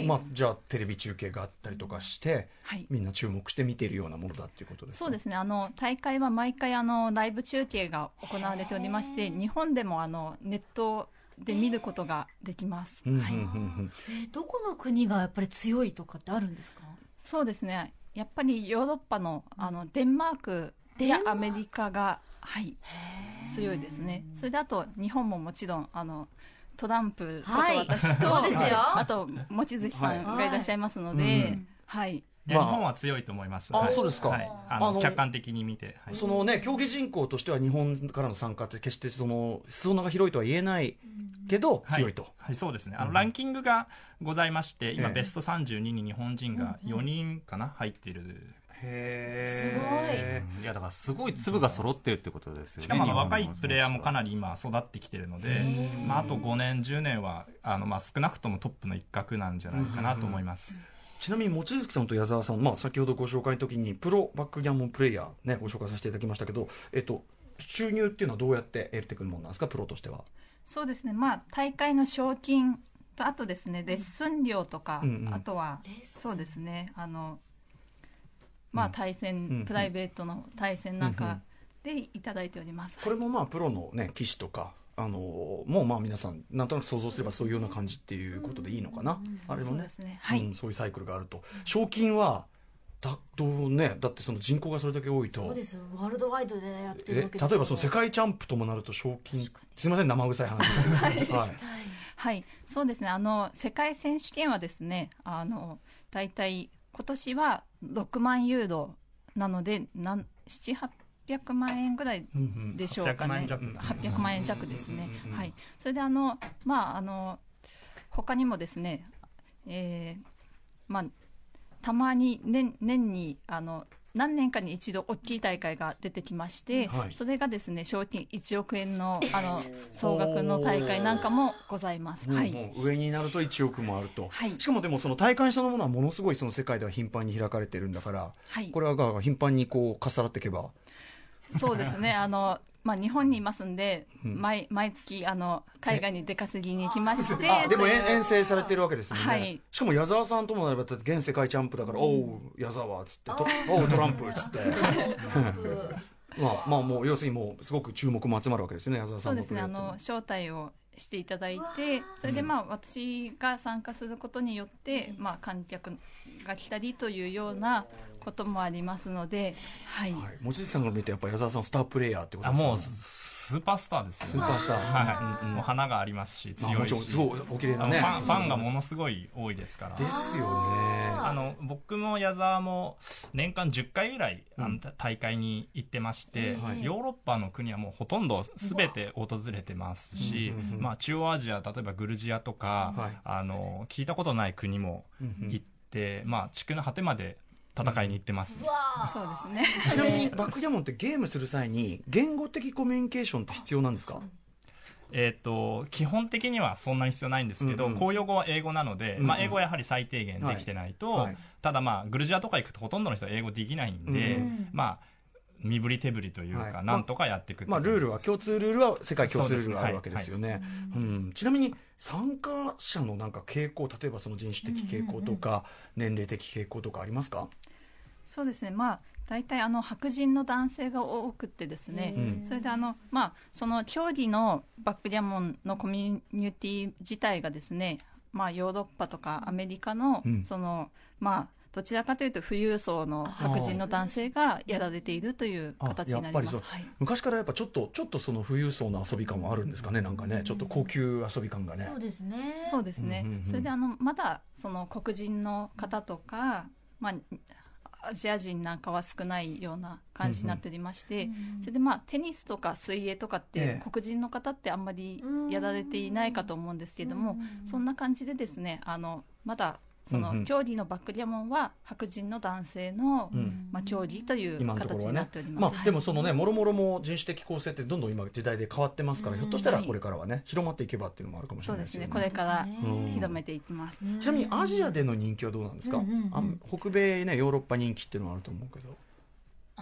ーまあ、じゃあテレビ中継があったりとかして、
はい
みんな注目して見ているようなものだっていうことですか
そうですねあの大会は毎回あのライブ中継が行われておりまして日本でもあのネットで見ることができます、
うんうんうん
はい、
うん
えーどこの国がやっぱり強いとかってあるんですか
そうですねやっぱりヨーロッパのあのデンマーク
デン
や
マーク
アメリカがはい強いですねそれであと日本ももちろんあのトランプこと
はい
私と、
そうですよ
はいあと望月さんがいらっしゃいますので、
は
はいい
うん
いや
まあ
日本は強いと思います。
あ
はい
そうですか
はいあ
あの
の客観的に見て。はい
そのね競技人口としては日本からの参加って決してその裾野が広いとは言えないけど
はい
強いと、
はい、そうですね。あの、ランキングがございまして、今、
ええ
ベスト32に日本人が4人かな、入っている。
へ
うんいやだからすごい粒が揃ってるってことですよね。
しかも、あの、
日本の
若いプレイヤーもか
り。
なり今、育ってきてるので、まあ、あと5年、10年は、あの、まあ、少なくともトップの一角なんじゃないかなと思います。
ちなみに望月さんと矢沢さん、まあ、先ほどご紹介の時にプロバックギャモンプレイヤーねご紹介させていただきましたけど、えっと、収入っていうのはどうやって得てくるものなんですかプロとしては
そうですね、まあ、大会の賞金と、あとですね、レッスン料とか、
うんうん
あとは、そうですね、あの、まあ、対戦、
うん
プライベートの対戦なんかでいただいております。
これもまあプロのね棋士とかあのーもうまあ皆さんなんとなく想像すればそういうような感じっていうことでいいのかな、あれも
そう
ね
ですね、はい、
うんそういうサイクルがあると賞金はだとね、だってその人口がそれだけ多いと。
そうですよワールドワイドでやってるわ
え
けです
例えばその世界チャンプともなると賞金すみません生臭い話ですけど、はい
はい、そうですね。あの世界選手権はですね、あのだいたい今年は6万ユーロなので、なん7、800万円ぐらい
うんうん
でしょうかね。
800万円
800万円弱ですね
うんうんうんう。ん
はい。それであのまああの他にもですね、えーまあたまに年年にあの何年かに一度大きい大会が出てきまして、
はい
それがですね賞金1億円のあの総額の大会なんかもございます。は
も
い。
う上になると1億もあると、
はい
しかもでもその大会そのものはものすごいその世界では頻繁に開かれてるんだから、
はい
こ。れは頻繁にこう重なっていけば
そうですね。あのまあ日本にいますんで、
ん
毎毎月あの海外に出稼ぎに行きまして、
あでも
という
遠遠征されてるわけですもんね、
はい
しかも矢沢さんともなればだって現世界チャンプだから「おう矢沢」っつってと「おうトランプ」っつ って まあまあもう要するにもうすごく注目も集まるわけですよね矢沢
そ
さ
うんで
の
すね、あ
プレー
の
って
招待をしていただいて、それでまあ私が参加することによって、まあ観客が来たりというようなこともありますので、はい、
はい、望月さんが見てやっぱ矢沢さんスタープレイヤーってこと
あ
ですか
もうススーパースターです
スー
よ
パースター
はい、もう花がありますし
まあ
強
も
い
ち
し、
ろんすごいお綺麗
あ
な
の
ね
ファンファンがものすごい多いですから
ですよね
あの僕も矢沢も年間10回ぐらいあ
う
の
ん
た大会に行ってまして、
い
ヨーロッパの国はもうほとんど全て訪れてますし、
うんうんうん
まあ、中央アジア例えばグルジアとか、
はい
あの聞いたことない国も行って、まあ、地区の果てまで戦いに行ってます、
そうですね。
ちなみにバックギャモンってゲームする際に言語的コミュニケーションって必要なんですか
えー、と基本的にはそんなに必要ないんですけど、
うんうん
公用語は英語なの
う
で、
んうん
まあ、英語はやはり最低限できてないと、
はいはい
ただ、まあ、グルジアとか行くとほとんどの人は英語できないんで、
うん
うん
まあ、身振り手振りというか、
はい
なんとかやっていくって
まあ
感
ルー
じです
ルは共通ルールは世界共通ルールがあるわけですよねうんちなみに参加者のなんか傾向例えばその人種的傾向とか年齢的傾向とかありますか
そうですね、まあ、大体あの白人の男性が多くってですね、
うん
それであの、まあ、その競技のバックギャモンのコミュニティ自体がですね、まあ、ヨーロッパとかアメリカの、
うん
そのまあ、どちらかというと富裕層の白人の男性がやられているという形になりま
あ
す。
やっぱ
はい
昔からやっぱちょっとちょっとその富裕層の遊び感はあるんですかねなんかねちょっと高級遊び感がね
そうですね
そうですね、
うんうんうん
それであのまだその黒人の方とか、まあ、アジア人なんかは少ないような感じになっておりまして、それでまあテニスとか水泳とかっ
え
て
え
黒人の方ってあんまりやられていないかと思うんですけども、そんな感じでですねあのまだそ
うんうん
の競技のバックギャモンは白人の男性の、
うん
まあ、競技という
今のとこ
形
ろは
にな
ね
っており、ます。
まあ、でもそのね、もろもろも人種的構成ってどんどん今、時代で変わってますから、ひょっとしたら
はい
これからはね、広まっていけばっていうのもあるかもし
そ
れ
う
ない
で
です
す
よ
ね
ね。
これから
うん
広めていきます、
ちなみにアジアでの人気はどうなんですか、
うんうんうん
あん北米ね、ヨーロッパ人気っていうのはあると思うけど、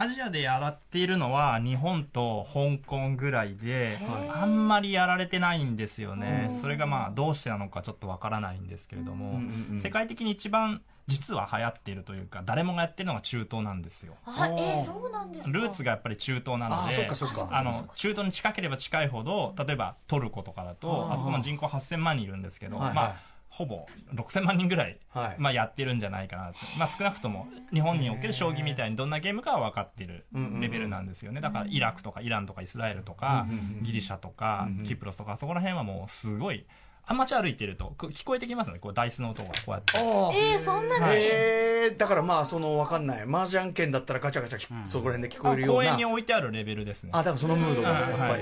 アジアでやらっているのは日本と香港ぐらいで
ー
あんまりやられてないんですよねそれがまあどうしてなのかちょっとわからないんですけれども、
うんうんうん
世界的に一番実は流行っているというか誰もがやってるのが中東なんですよ
あえーそうなんですか
ルーツがやっぱり中東な
あ
の
あ、
で
そっかそっか、
あの中東に近ければ近いほど例えばトルコとかだと
あー
あそこも人口8000万人いるんですけど、
はいはい
まあほぼ6000万人ぐらい、
はい
まあ、やってるんじゃないかなと、まあ、少なくとも日本における将棋みたいにどんなゲームかは分かってるレベルなんですよねだからイラクとかイランとかイスラエルとか
うんうんうん
ギリシャとか
うんうん
キプロスとかそこら辺はもうすごいアマチュア歩いてるとこう聞こえてきますねこうダイスの音がこうやって。
ああ
えーそんなの
えーだからまあ、そのわかんない、麻雀券だったらガチャガチャき、そこら辺で聞こえるよう
公
な、
園に置いてあるレベルですね
あだからそのムードがやっぱり、
は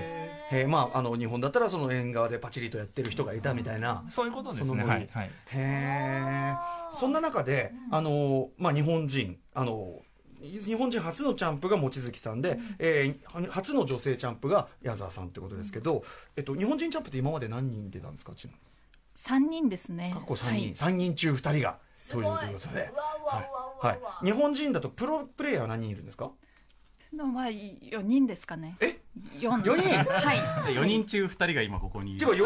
えーまあ、あの日本だったらその縁側でパチリとやってる人がいたみたいな。
そういうことです
その
ね
ノリ
はい、はい
へえ。そんな中で、あのまあ日本人あの日本人初のチャンプが望月さんで、えー初の女性チャンプが矢沢さんってことですけど、えっと日本人チャンプって今まで何人出たんですか？ちなみに
3人ですね
過去三人、
はい
三、人中二人が
すごい
ということで
う、わうわ
はいう
わ
は
うわ
い。日本人だとプロプレイヤーは何人いるんですか？
のは4人ですかね
え
4
四人
はい
4人中2人が今ここにい
て
る
か四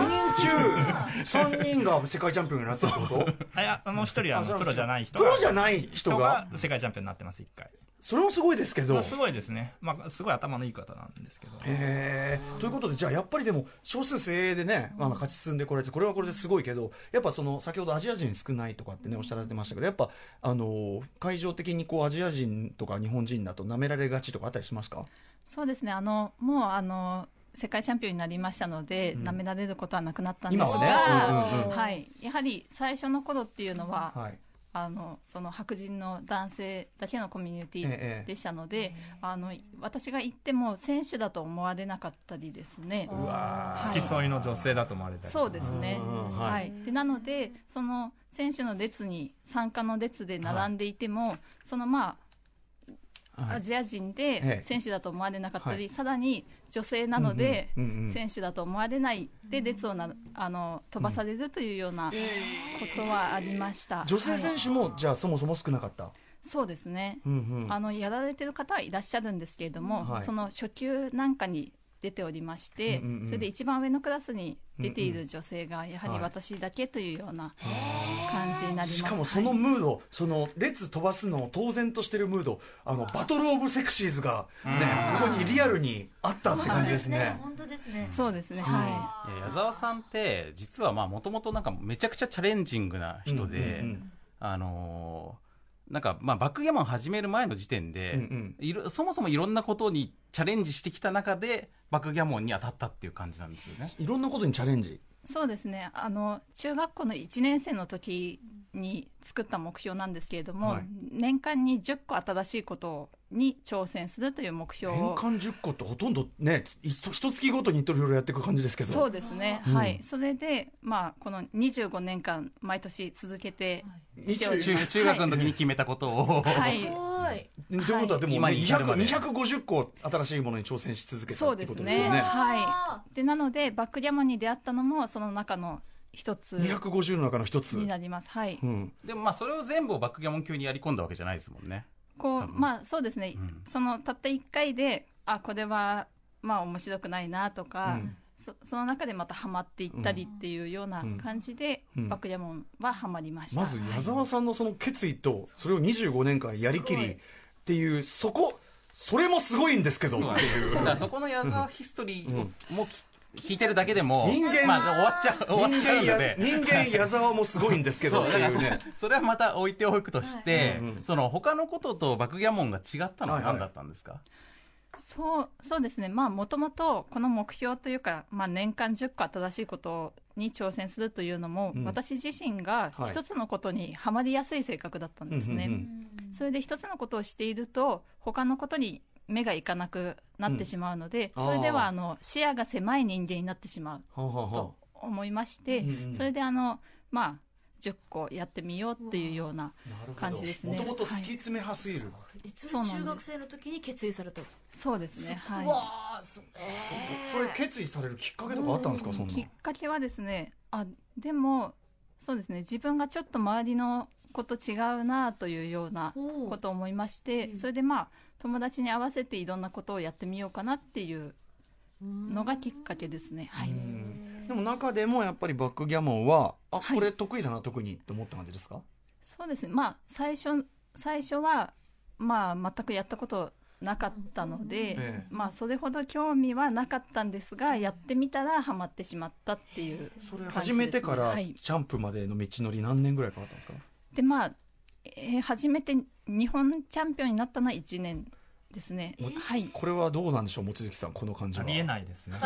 人中三人が世界チャンピオンになったってこと？
あいや、あの一人はあ
あそれは
のプロじゃない人
プロじゃない人が
世界チャンピオンになってます、一回。
それもすごいですけど、
まあすごいですね、まあ、すごい頭のいい方なんですけど、
へーということで、じゃあやっぱりでも、少数精鋭でね、まあ、勝ち進んでこられて、これはこれですごいけど、やっぱその先ほどアジア人少ないとかってね、おっしゃられてましたけど、やっぱあの会場的にこうアジア人とか日本人だと、なめられがちとかあったりしますか
そうですねあのもうあの世界チャンピオンになりましたので、
ん
舐められることはなくなったんですが
今はねうんうん
うん
はい、やはり最初の頃っていうのは、
はい、
あのその白人の男性だけのコミュニテ
ええ
ィでしたので、あの私が行っても選手だと思われなかったりですね。
うわ
はい
付き添いの女性だと思われたり
そうですね
うん、はい
はいでなのでその選手の列に参加の列で並んでいても、そのまあ、
はい
アジア人
ええ
で選手だと思われなかったり、
はい
さらに女性なので、
うんうんうんうん
選手だと思われないで列をなあの飛ばされるというようなことはありました、
女性
は
選
い
手も、じゃあそもそも少なかった。
そうですね、
うんうん
あのやられてる方はいらっしゃるんですけれども、
はい
その初級なんかに出ておりまして、
うんうんうん
それで一番上のクラスに出ている女性がやは
は
り
い
私だけというような感じになります。
しかもその
はい
ムード、その列飛ばすのを当然としてるムード、あのバトル・オブ・セクシーズが、ね、ここにリアルにあったって感じですね。
本当ですね。
そうですね、は
えー矢沢さんって実はもともとなんかめちゃくちゃチャレンジングな人で、
うんうんうん
あのーなんかまあバックギャモン始める前の時点で、
うん
いろそもそもいろんなことにチャレンジしてきた中でバックギャモンに当たったっていう感じなんですよね。
いろんなことにチャレンジ。
い、そうですねあの中学校の1年生の時に作った目標なんですけれども、
はい
年間に10個新しいことに挑戦するという目標
年
を
間10個ってほとんどね、ひと一月ごとにいろいろやっていく感じですけど。
そうですね、
うん
はい、それで、まあ、この25年間、毎年続けて
20
来ております
中中学の時に決めたことを、
は
す
い、
ごい。
ということはでも、
今
ね、
に至るまで
200 250個新しいものに挑戦し続けた
そう
って
で
こ
す
とですよ
ね、
ね。
は
あ
い、でなので、バックギャモンに出会ったのも、その中の一つ
250の中の一つ。
になります、はい、
うん。
でもまあそれを全部をバックギャモン級にやり込んだわけじゃないですもんね。
こ
多
う
分
まあ、そうですね、
うん
そのたった1回で、あこれはまあ面白くないなとか、
うん
そその中でまたハマっていったりっていうような感じで、
うん
バックギャモンはハマりました。
まず矢沢さんのその決意と、それを25年間やりきりっていう、そこ、それもすごいんですけどっていう。
だからそこの矢沢ヒストリーをもうき聞いてるだけでも
人間
まあ、終わっちゃう終わっちゃうので。
人間や人間矢沢もすごいんですけど
そ
っ
う
て
だから
いう
そ
ね。
それはまた置いておくとして、
うんうん
その他のこととバックギャモンが違ったのは何だったんですか、
そうそうですね、まあもともとこの目標というか、まあ、年間10個新しいことに挑戦するというのも、
うん
私自身が
はい
一つのことにはまりやすい性格だったんですね、
うんうん
ーうん
それで一つのことをしていると、他のことに目がいかなくなってしまうので、
うんあー
それではあの視野が狭い人間になってしまう
はあはあは
と思いまして、
うんうん
それであの、まあ、10個やってみようっていうような、
あなるほど
感じですね
もともと突き詰め派すぎる。
いつも中学生の時に決意された。
そうですね。はいう
わあ、そそれ決意されるきっかけとかあったんですか、そんな
きっ。かけはですねあでもそうですね自分がちょっと周りのこと違うなというような
おー
ことを思いまして、それでまあ友達に合わせていろんなことをやってみようかなっていうのがきっかけですね、はい
うんでも中でもやっぱりバックギャモンは、あ、
はい
これ得意だな、特にって思った感じですか
そうですねまあ最初最初はまあ全くやったことなかったので、
ええ
まあそれほど興味はなかったんですがやってみたらハマってしまったっていう
それ
感じです
始
ね
めてから、
は
ジ
い
ャンプまでの道のり何年ぐらいかかったんですか
でまあ、えー初めて日本チャンピオンになったのは1年ですね、はい
これはどうなんでしょう、望月さん、この感じ
あ
は。
りえないですね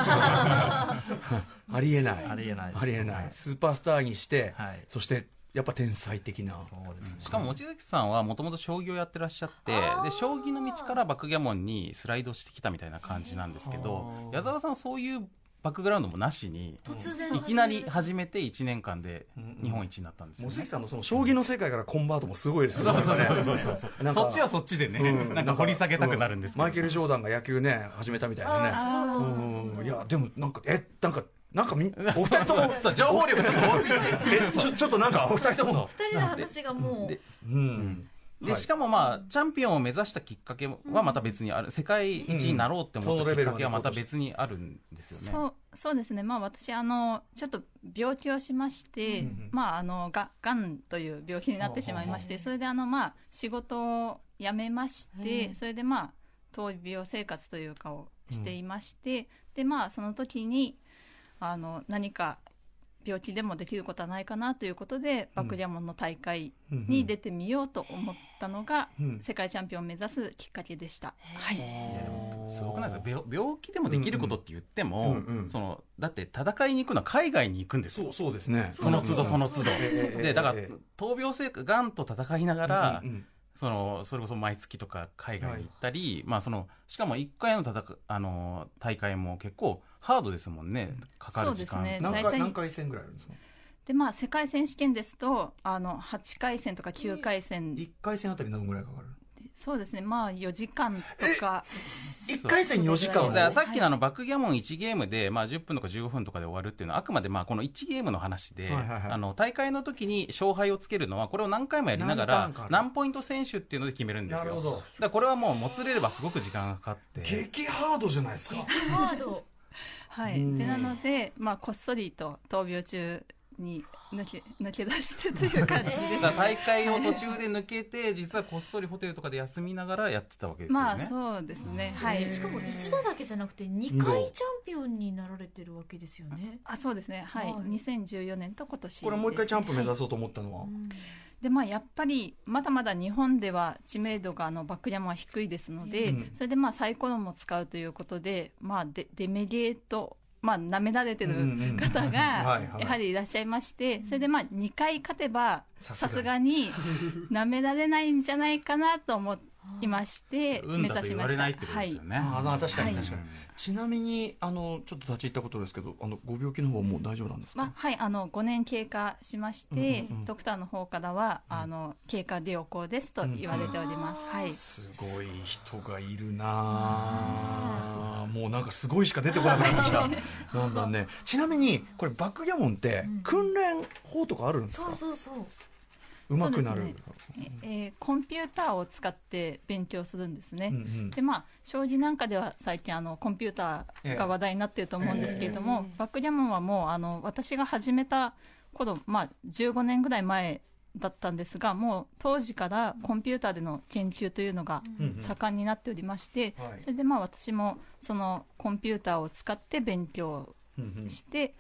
ありえない。
ありえないです
ありえない。スーパースターにして、
はい
そして、やっぱ天才的な。
そうですね
しかも望月さんはもともと将棋をやってらっしゃってで将棋の道からバックギャモンにスライドしてきたみたいな感じなんですけど
あー
矢沢さんはそういうバックグラウンドもなしに
突然
いきなり始めて1年間で日本一になったんですよ
望
ね
月。さんのその将棋の世界からコンバートもすごいですけどねなんか
そっちはそっちでね、
う
なんか掘り下げたくなるんですけど、
うマイケル・ジョーダンが野球ね始めたみたいなねうんいやでもなんかえなんかな んかみお二人とも
そう情報量がちょっと多すぎるんですよ
えちょちょっとなんかお二人とも
二人の話がもう
で。
うん
で、しかもまあ、チャンピオンを目指したきっかけはまた別にある。世界一になろうって思ったきっかけはまた別にあるんですよね。
そうそうですね、まあ、私あの、ちょっと病気をしまして、まあ、あのががんという病気になってしまいまして、それであの、まあ、仕事辞めまし
ええ
て、それでまあ、闘病生活というかをしていまして、でまあ、その時に、あの、何か病気でもできることはないかなということで、バクリアモンの大会に出てみようと思ったのが、
うん
世界チャンピオンを目指すきっかけでした。はい。
すごくないですか病病気でもできることって言っても、
うんうんうんうん
そのだって戦いに行くのは海外に行くんです
そ
よ
うそうですね
その都度その都度
ええええ
でだから
ええ
闘病生活がんと戦いながら、
うんうん
そのそれこそ毎月とか海外に行ったり、まあ、そのしかも1回の戦うあの大会も結構ハードですもんねかかる時間
そうですね
何
大
回
体
何回戦ぐらいあるんですか
でまあ世界選手権ですとあの8回戦とか9回戦、
一回戦あたり何分ぐらいかかる
そうですねまあ4時間とか
一回戦四時間
だからさっきのあ
は
のバックギャモン1ゲームで、まあ、10分とか15分とかで終わるっていうのはあくまでまあこの1ゲームの話で、
はいはいはい
あの大会の時に勝敗をつけるのはこれを何回もやりなが
何ターンからある
何ポイント選手っていうので決めるんですよ
なるほ
だ
ど
からこれはもうもつれればすごく時間がかかって
激ハードじゃないですか
ハード。
はいでなのでまあこっそりと闘病中に抜 け抜け出してという感じです、
だから大会を途中で抜けて実はこっそりホテルとかで休みながらやってたわけですよね、
まあそうですねはい
しかも一度だけじゃなくて二回チャンピオンになられてるわけですよね。
あそうですねはい、
はい
2014年と今年
これもう一回チャンプ目
す、は
指そうと思ったのは
はいでまあやっぱりまだまだ日本では知名度があのバックヤマは低いですので、
うん
それでまあサイコロも使うということでまあデデメゲートまあ舐められてる、方が
はいはい
やはりいらっしゃいまして、それでまあ2回勝てば、
さ
さ
すが
すがに舐められないんじゃないかなと思いまして、
運
目
だ
指
と
し
言
ま
わ
し
れ
た。
ないってことですよね、
ああ確かに
はい
確かにちなみにあのちょっと立ち入ったことですけどあのご病気の方はもう大丈夫なんです
まあ
か
はい、あの5年経過しまして、
うんうんうん
ドクターの方からは、あの経過良好ですと言われております、はい、
すごい人がいるなあもうなんかすごいしか出てこなくなってきた なんだねちなみにこれバックギャモンって訓練法とかあるんです
そ
か
うそうそう。
うまくなる
そうですええーコンピューターを使って勉強するんですね、
うんうん
でまあ、将棋なんかでは最近あのコンピューターが話題になっていると思うんですけれども、バックギャモンはもうあの私が始めた頃、まあ、15年ぐらい前だったんですがもう当時からコンピューターでの研究というのが
うんうん
盛んになっておりまして、
はい
それでまあ私もそのコンピューターを使って勉強
うんうん
して、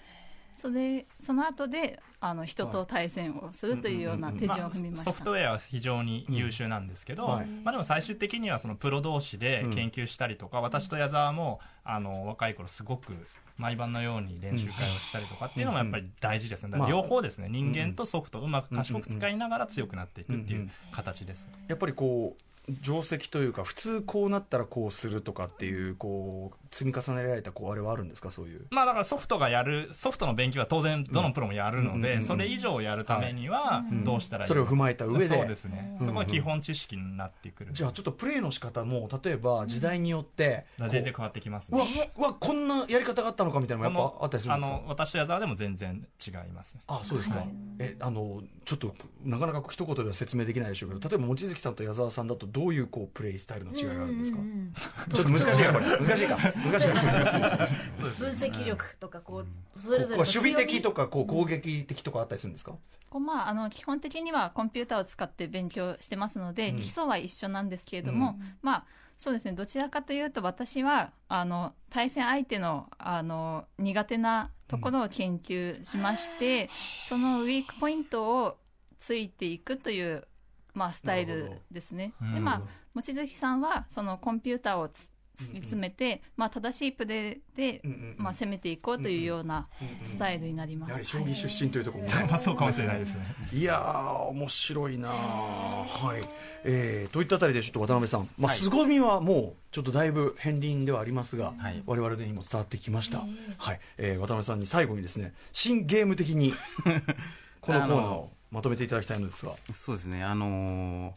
それその後であの人と対戦をするというような手順を踏みまし
ソ
た。
フトウェアは非常に優秀なんですけど、
うんはい
まあ、でも最終的にはそのプロ同士で研究したりとか、私と矢沢もあの若い頃すごく毎晩のように練習会をしたりとかっていうのもやっぱり大事ですね、だから両方ですね、人間とソフトをうまく賢く使いながら強くなっていくっていう形ですね、
やっぱりこう定石というか普通こうなったらこうするとかっていうこう積み重ねられたこうあれはあるんですかそういう
まあだからソフトがやる、ソフトの勉強は当然どのプロもやるの
うんうんうんう
で、
ん
それ以上をやるためにはどうしたらいい
それを踏まえた上で
そうですね。
うん
すごい基本知識になってくる。
じゃあちょっとプレイの仕方も例えば時代によって
だから全然変わってきます
うわ
ね。
うわこんなやり方があったのかみたいなのもやっぱあったりするん
あ
ですか
の、私と矢沢でも全然違いますね。
あそうですか、えあのちょっとなかなか一言では説明できないでしょうけど例えば望月さんと矢沢さんだとどういうこうプレイスタイルの違いがあるんですか、
うんうんうん
ちょっと難しいかこれ難しいか難しいか
分析力とかこうそ
こ
れ
う
ぞれの
守
強み
備的とかこう攻撃的とかあったりするんですか、
こうまあ、あの基本的にはコンピューターを使って勉強してますので、
うん
基礎は一緒なんですけれども、まあ、そうですねどちらかというと私はあの対戦相手のあの苦手なところを研究しまして、そのウィークポイントをついていくという、まあ、スタイルですね。
なるほど
でまあ望月さんはそのコンピューターをつ突き詰めて、まあ、正しいプレーで、
うんうんうん
まあ、攻めていこうというようなスタイルになります。
やはり将棋出身というところも、
まあそうかもしれないですね。
い、やー面白いなーはい、えー、といったあたりでちょっと渡辺さん、まあ、
はい
凄みはもうちょっとだいぶ片鱗ではありますが、
はい
我々にも伝わってきました、はいえー渡辺さんに最後にですね新ゲーム的 にこのコーナーをまとめていただきたいのですが
そうですね、あのー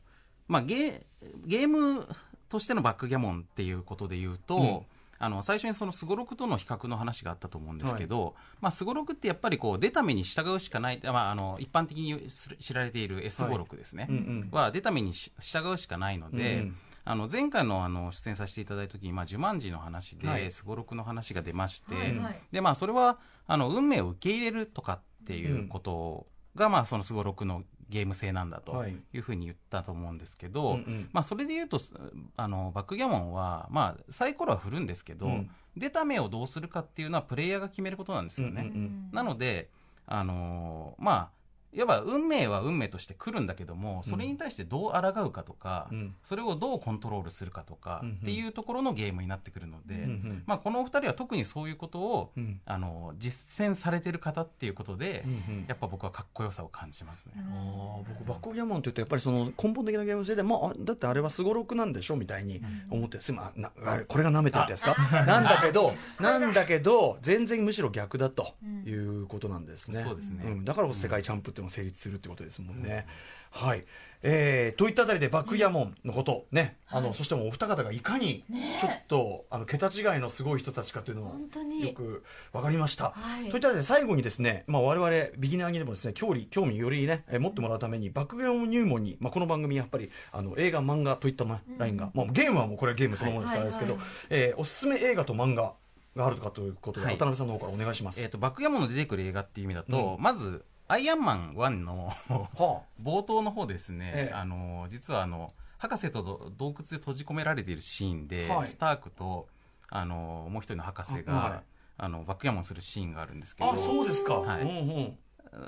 まあ、ゲーゲームとしてのバックギャモンっていうことで言うと、
うん
あの最初にそのスゴロクとの比較の話があったと思うんですけど、まあ、スゴロクってやっぱりこう出た目に従うしかない、まあ、あの一般的にす知られている S ゴロクですね、
うんうん
は出た目にし従うしかないので、
うんうん
あの前回のあの出演させていただいた時に、まあ、ジュマンジの話
はい
でスゴロクの話が出まして、
はいはい
でまあ、それはあの運命を受け入れるとかっていうことが、まあ、そのスゴロクのゲーム性なんだと
はい
いうふうに言ったと思うんですけ
う
ど、
んうん
まあ、それで言うとすあのバックギャモンは、まあ、サイコロは振るんですけど、
うん
出た目をどうするかっていうのはプレイヤーが決めることなんですよね。
うんうん
なので、あのーまあ、いわば運命は運命として来るんだけども、それに対してどう抗うかとか、
うん
それをどうコントロールするかとか、
うんうん
っていうところのゲームになってくるので、
うんうん
まあ、このお二人は特にそういうことを、
うん
あの実践されてる方っていうことで、
うんうん
やっぱ僕はかっこよさを感じますね。
あー僕バックギャモンって言うとやっぱりその根本的なゲーム性で、まあ、あだってあれはすごろくなんでしょみたいに思って、すまなあれこれが舐めてるってやつかなんだけどなんだけど全然むしろ逆だということなんですね、
そうですね
んだからこそ世界チャンプっていうのも成立するってことですもんね、はいえーといったあたりでバックギャモンのこと、ねあのそしてもうお二方がいかにちょっと、あの桁違いのすごい人たちかというのを
本当に
よくわかりました、
はい
といったあたりで最後にですね、まあ、我々ビギナーにでもですね興味興味よりね、えー持ってもらうためにバックギャモン入門に、まあ、この番組やっぱりあの映画漫画といったまラインが、まあ、ゲームはもうこれはゲームそのものですからあれですけど、
はい
えーおすすめ映画と漫画があるとかということで、
はい
渡辺さんの方からお願いします、
えっとバックヤモンの出てくる映画っていう意味だと、まず「アイアンマン1」の
は
冒頭の方ですね、
ええ
あの実はあの博士とど洞窟で閉じ込められているシーンで、
はい
スタークとあのもう一人の博士が
あはい
あのバックヤモンするシーンがあるんですけ
あ、
ど
あそうですか、
はい
うん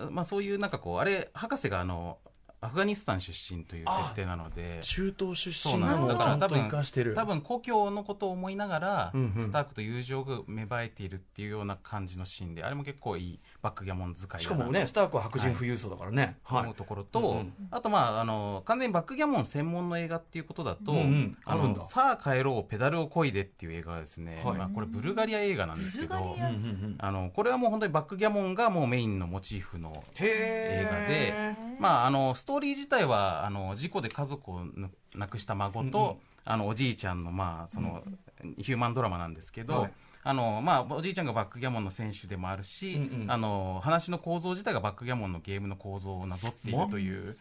うん
まあ、そういうなんかこうあれ博士があのアフガニスタン出身という設定なので。
中東出
そう
身
な
なんの
で
を
す
ち
だ
ゃん
から多
と生
分
かしてる
多分故郷のことを思いながら、
うんうん
スタークと友情が芽生えているっていうような感じのシーンであれも結構いいバックギャモン使いだな
しかもねスタークは白人富裕層だからね、はい
思うところと、
うんうん
あと、まあ、あの完全にバックギャモン専門の映画っていうことだと「
うんうん
あ
あるんだ
のさあ帰ろうペダルを漕いで」っていう映画はですね、
はい
まあ、これブルガリア映画なんですけ
ブルガ
ど
リア
うんうんうん
あのこれはもう本当にバックギャモンがもうメインのモチーフの
へ
映画で
え、
まあ、あのストーリー自体はあの事故で家族をぬ亡くした孫と、
うんうん
あのおじいちゃんの,、まあそのヒューマンドラマなんですけど、
はい
あのまあ、おじいちゃんがバックギャモンの選手でもあるし、
うんうん
あの話の構造自体がバックギャモンのゲームの構造をなぞっているという、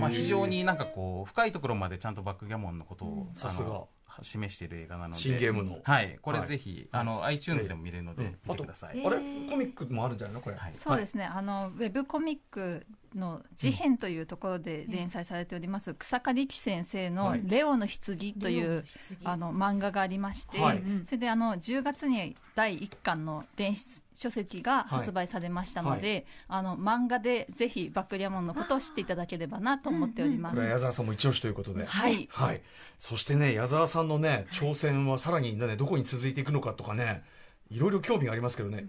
まあ、非常になんかこう深いところまでちゃんとバックギャモンのことを、あ
さすが
の示している映画なので
新ゲームの
はい、これ
はい
ぜひ、あの iTunes でも見れるので見てください。
あれコミックもあるんじゃないのこれ、
はい
そうですね、あのウェブコミックの「事変」というところで連載されております、草刈樹先生の
は
「
い
レオの棺」という、あの漫画がありまして、
はい
それであの10月に第1巻の電子書籍が発売されましたので、あの漫画でぜひバックリアモンのことを知っていただければなと思っておりま
こ
す。
れは矢沢さんも一押しということで。
はい
はい。そしてね、矢沢さんのね、挑戦はさらにね、どこに続いていくのかとかね、いろいろ興味がありますけどね。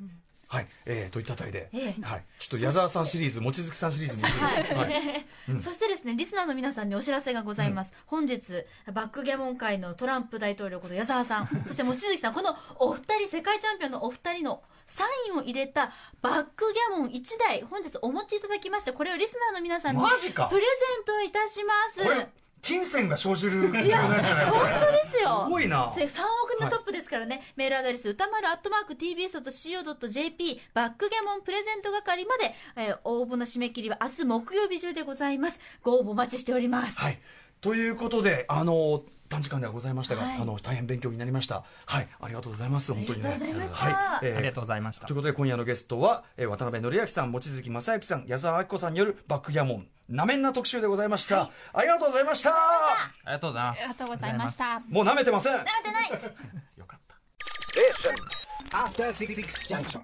はい。えー、といったあたりで、はい。ちょっと矢沢さんシリーズ、望月さんシリーズに移る。はい。
そしてですね、リスナーの皆さんにお知らせがございます。本日、バックギャモン界のトランプ大統領こと矢沢さん、そして望月さん、このお二人、世界チャンピオンのお二人のサインを入れたバックギャモン1台、本日お持ちいただきまして、これをリスナーの皆さんにプ
マ
レ
ジか
ゼントいたします。
これ、金銭が生じるようなやつじゃないこ
本
れ。
当ですよ。
すごいな
そ。れ3億人のトップですからね、メールアドレス歌丸アットマーク TBS.CO.JP バックギャモンプレゼント係まで、えー応募の締め切りは明日木曜日中でございますご応募お待ちしております、
はい。ということで、あの、短時間ではございましたが、
はい
あの、大変勉強になりました。はい。ありがとうございます。本当にね。
ありがとうございました
はい。えー
ありがとうございました
ということで今夜のゲストは、えー渡辺則明さん望月正幸さん矢沢亜希子さんによるバックギャモンなめんな特集でございました、ありがとうございました
ありがとうございます
ありがとうございました。
もうなめてません
なってない
よかった
After Six Junction.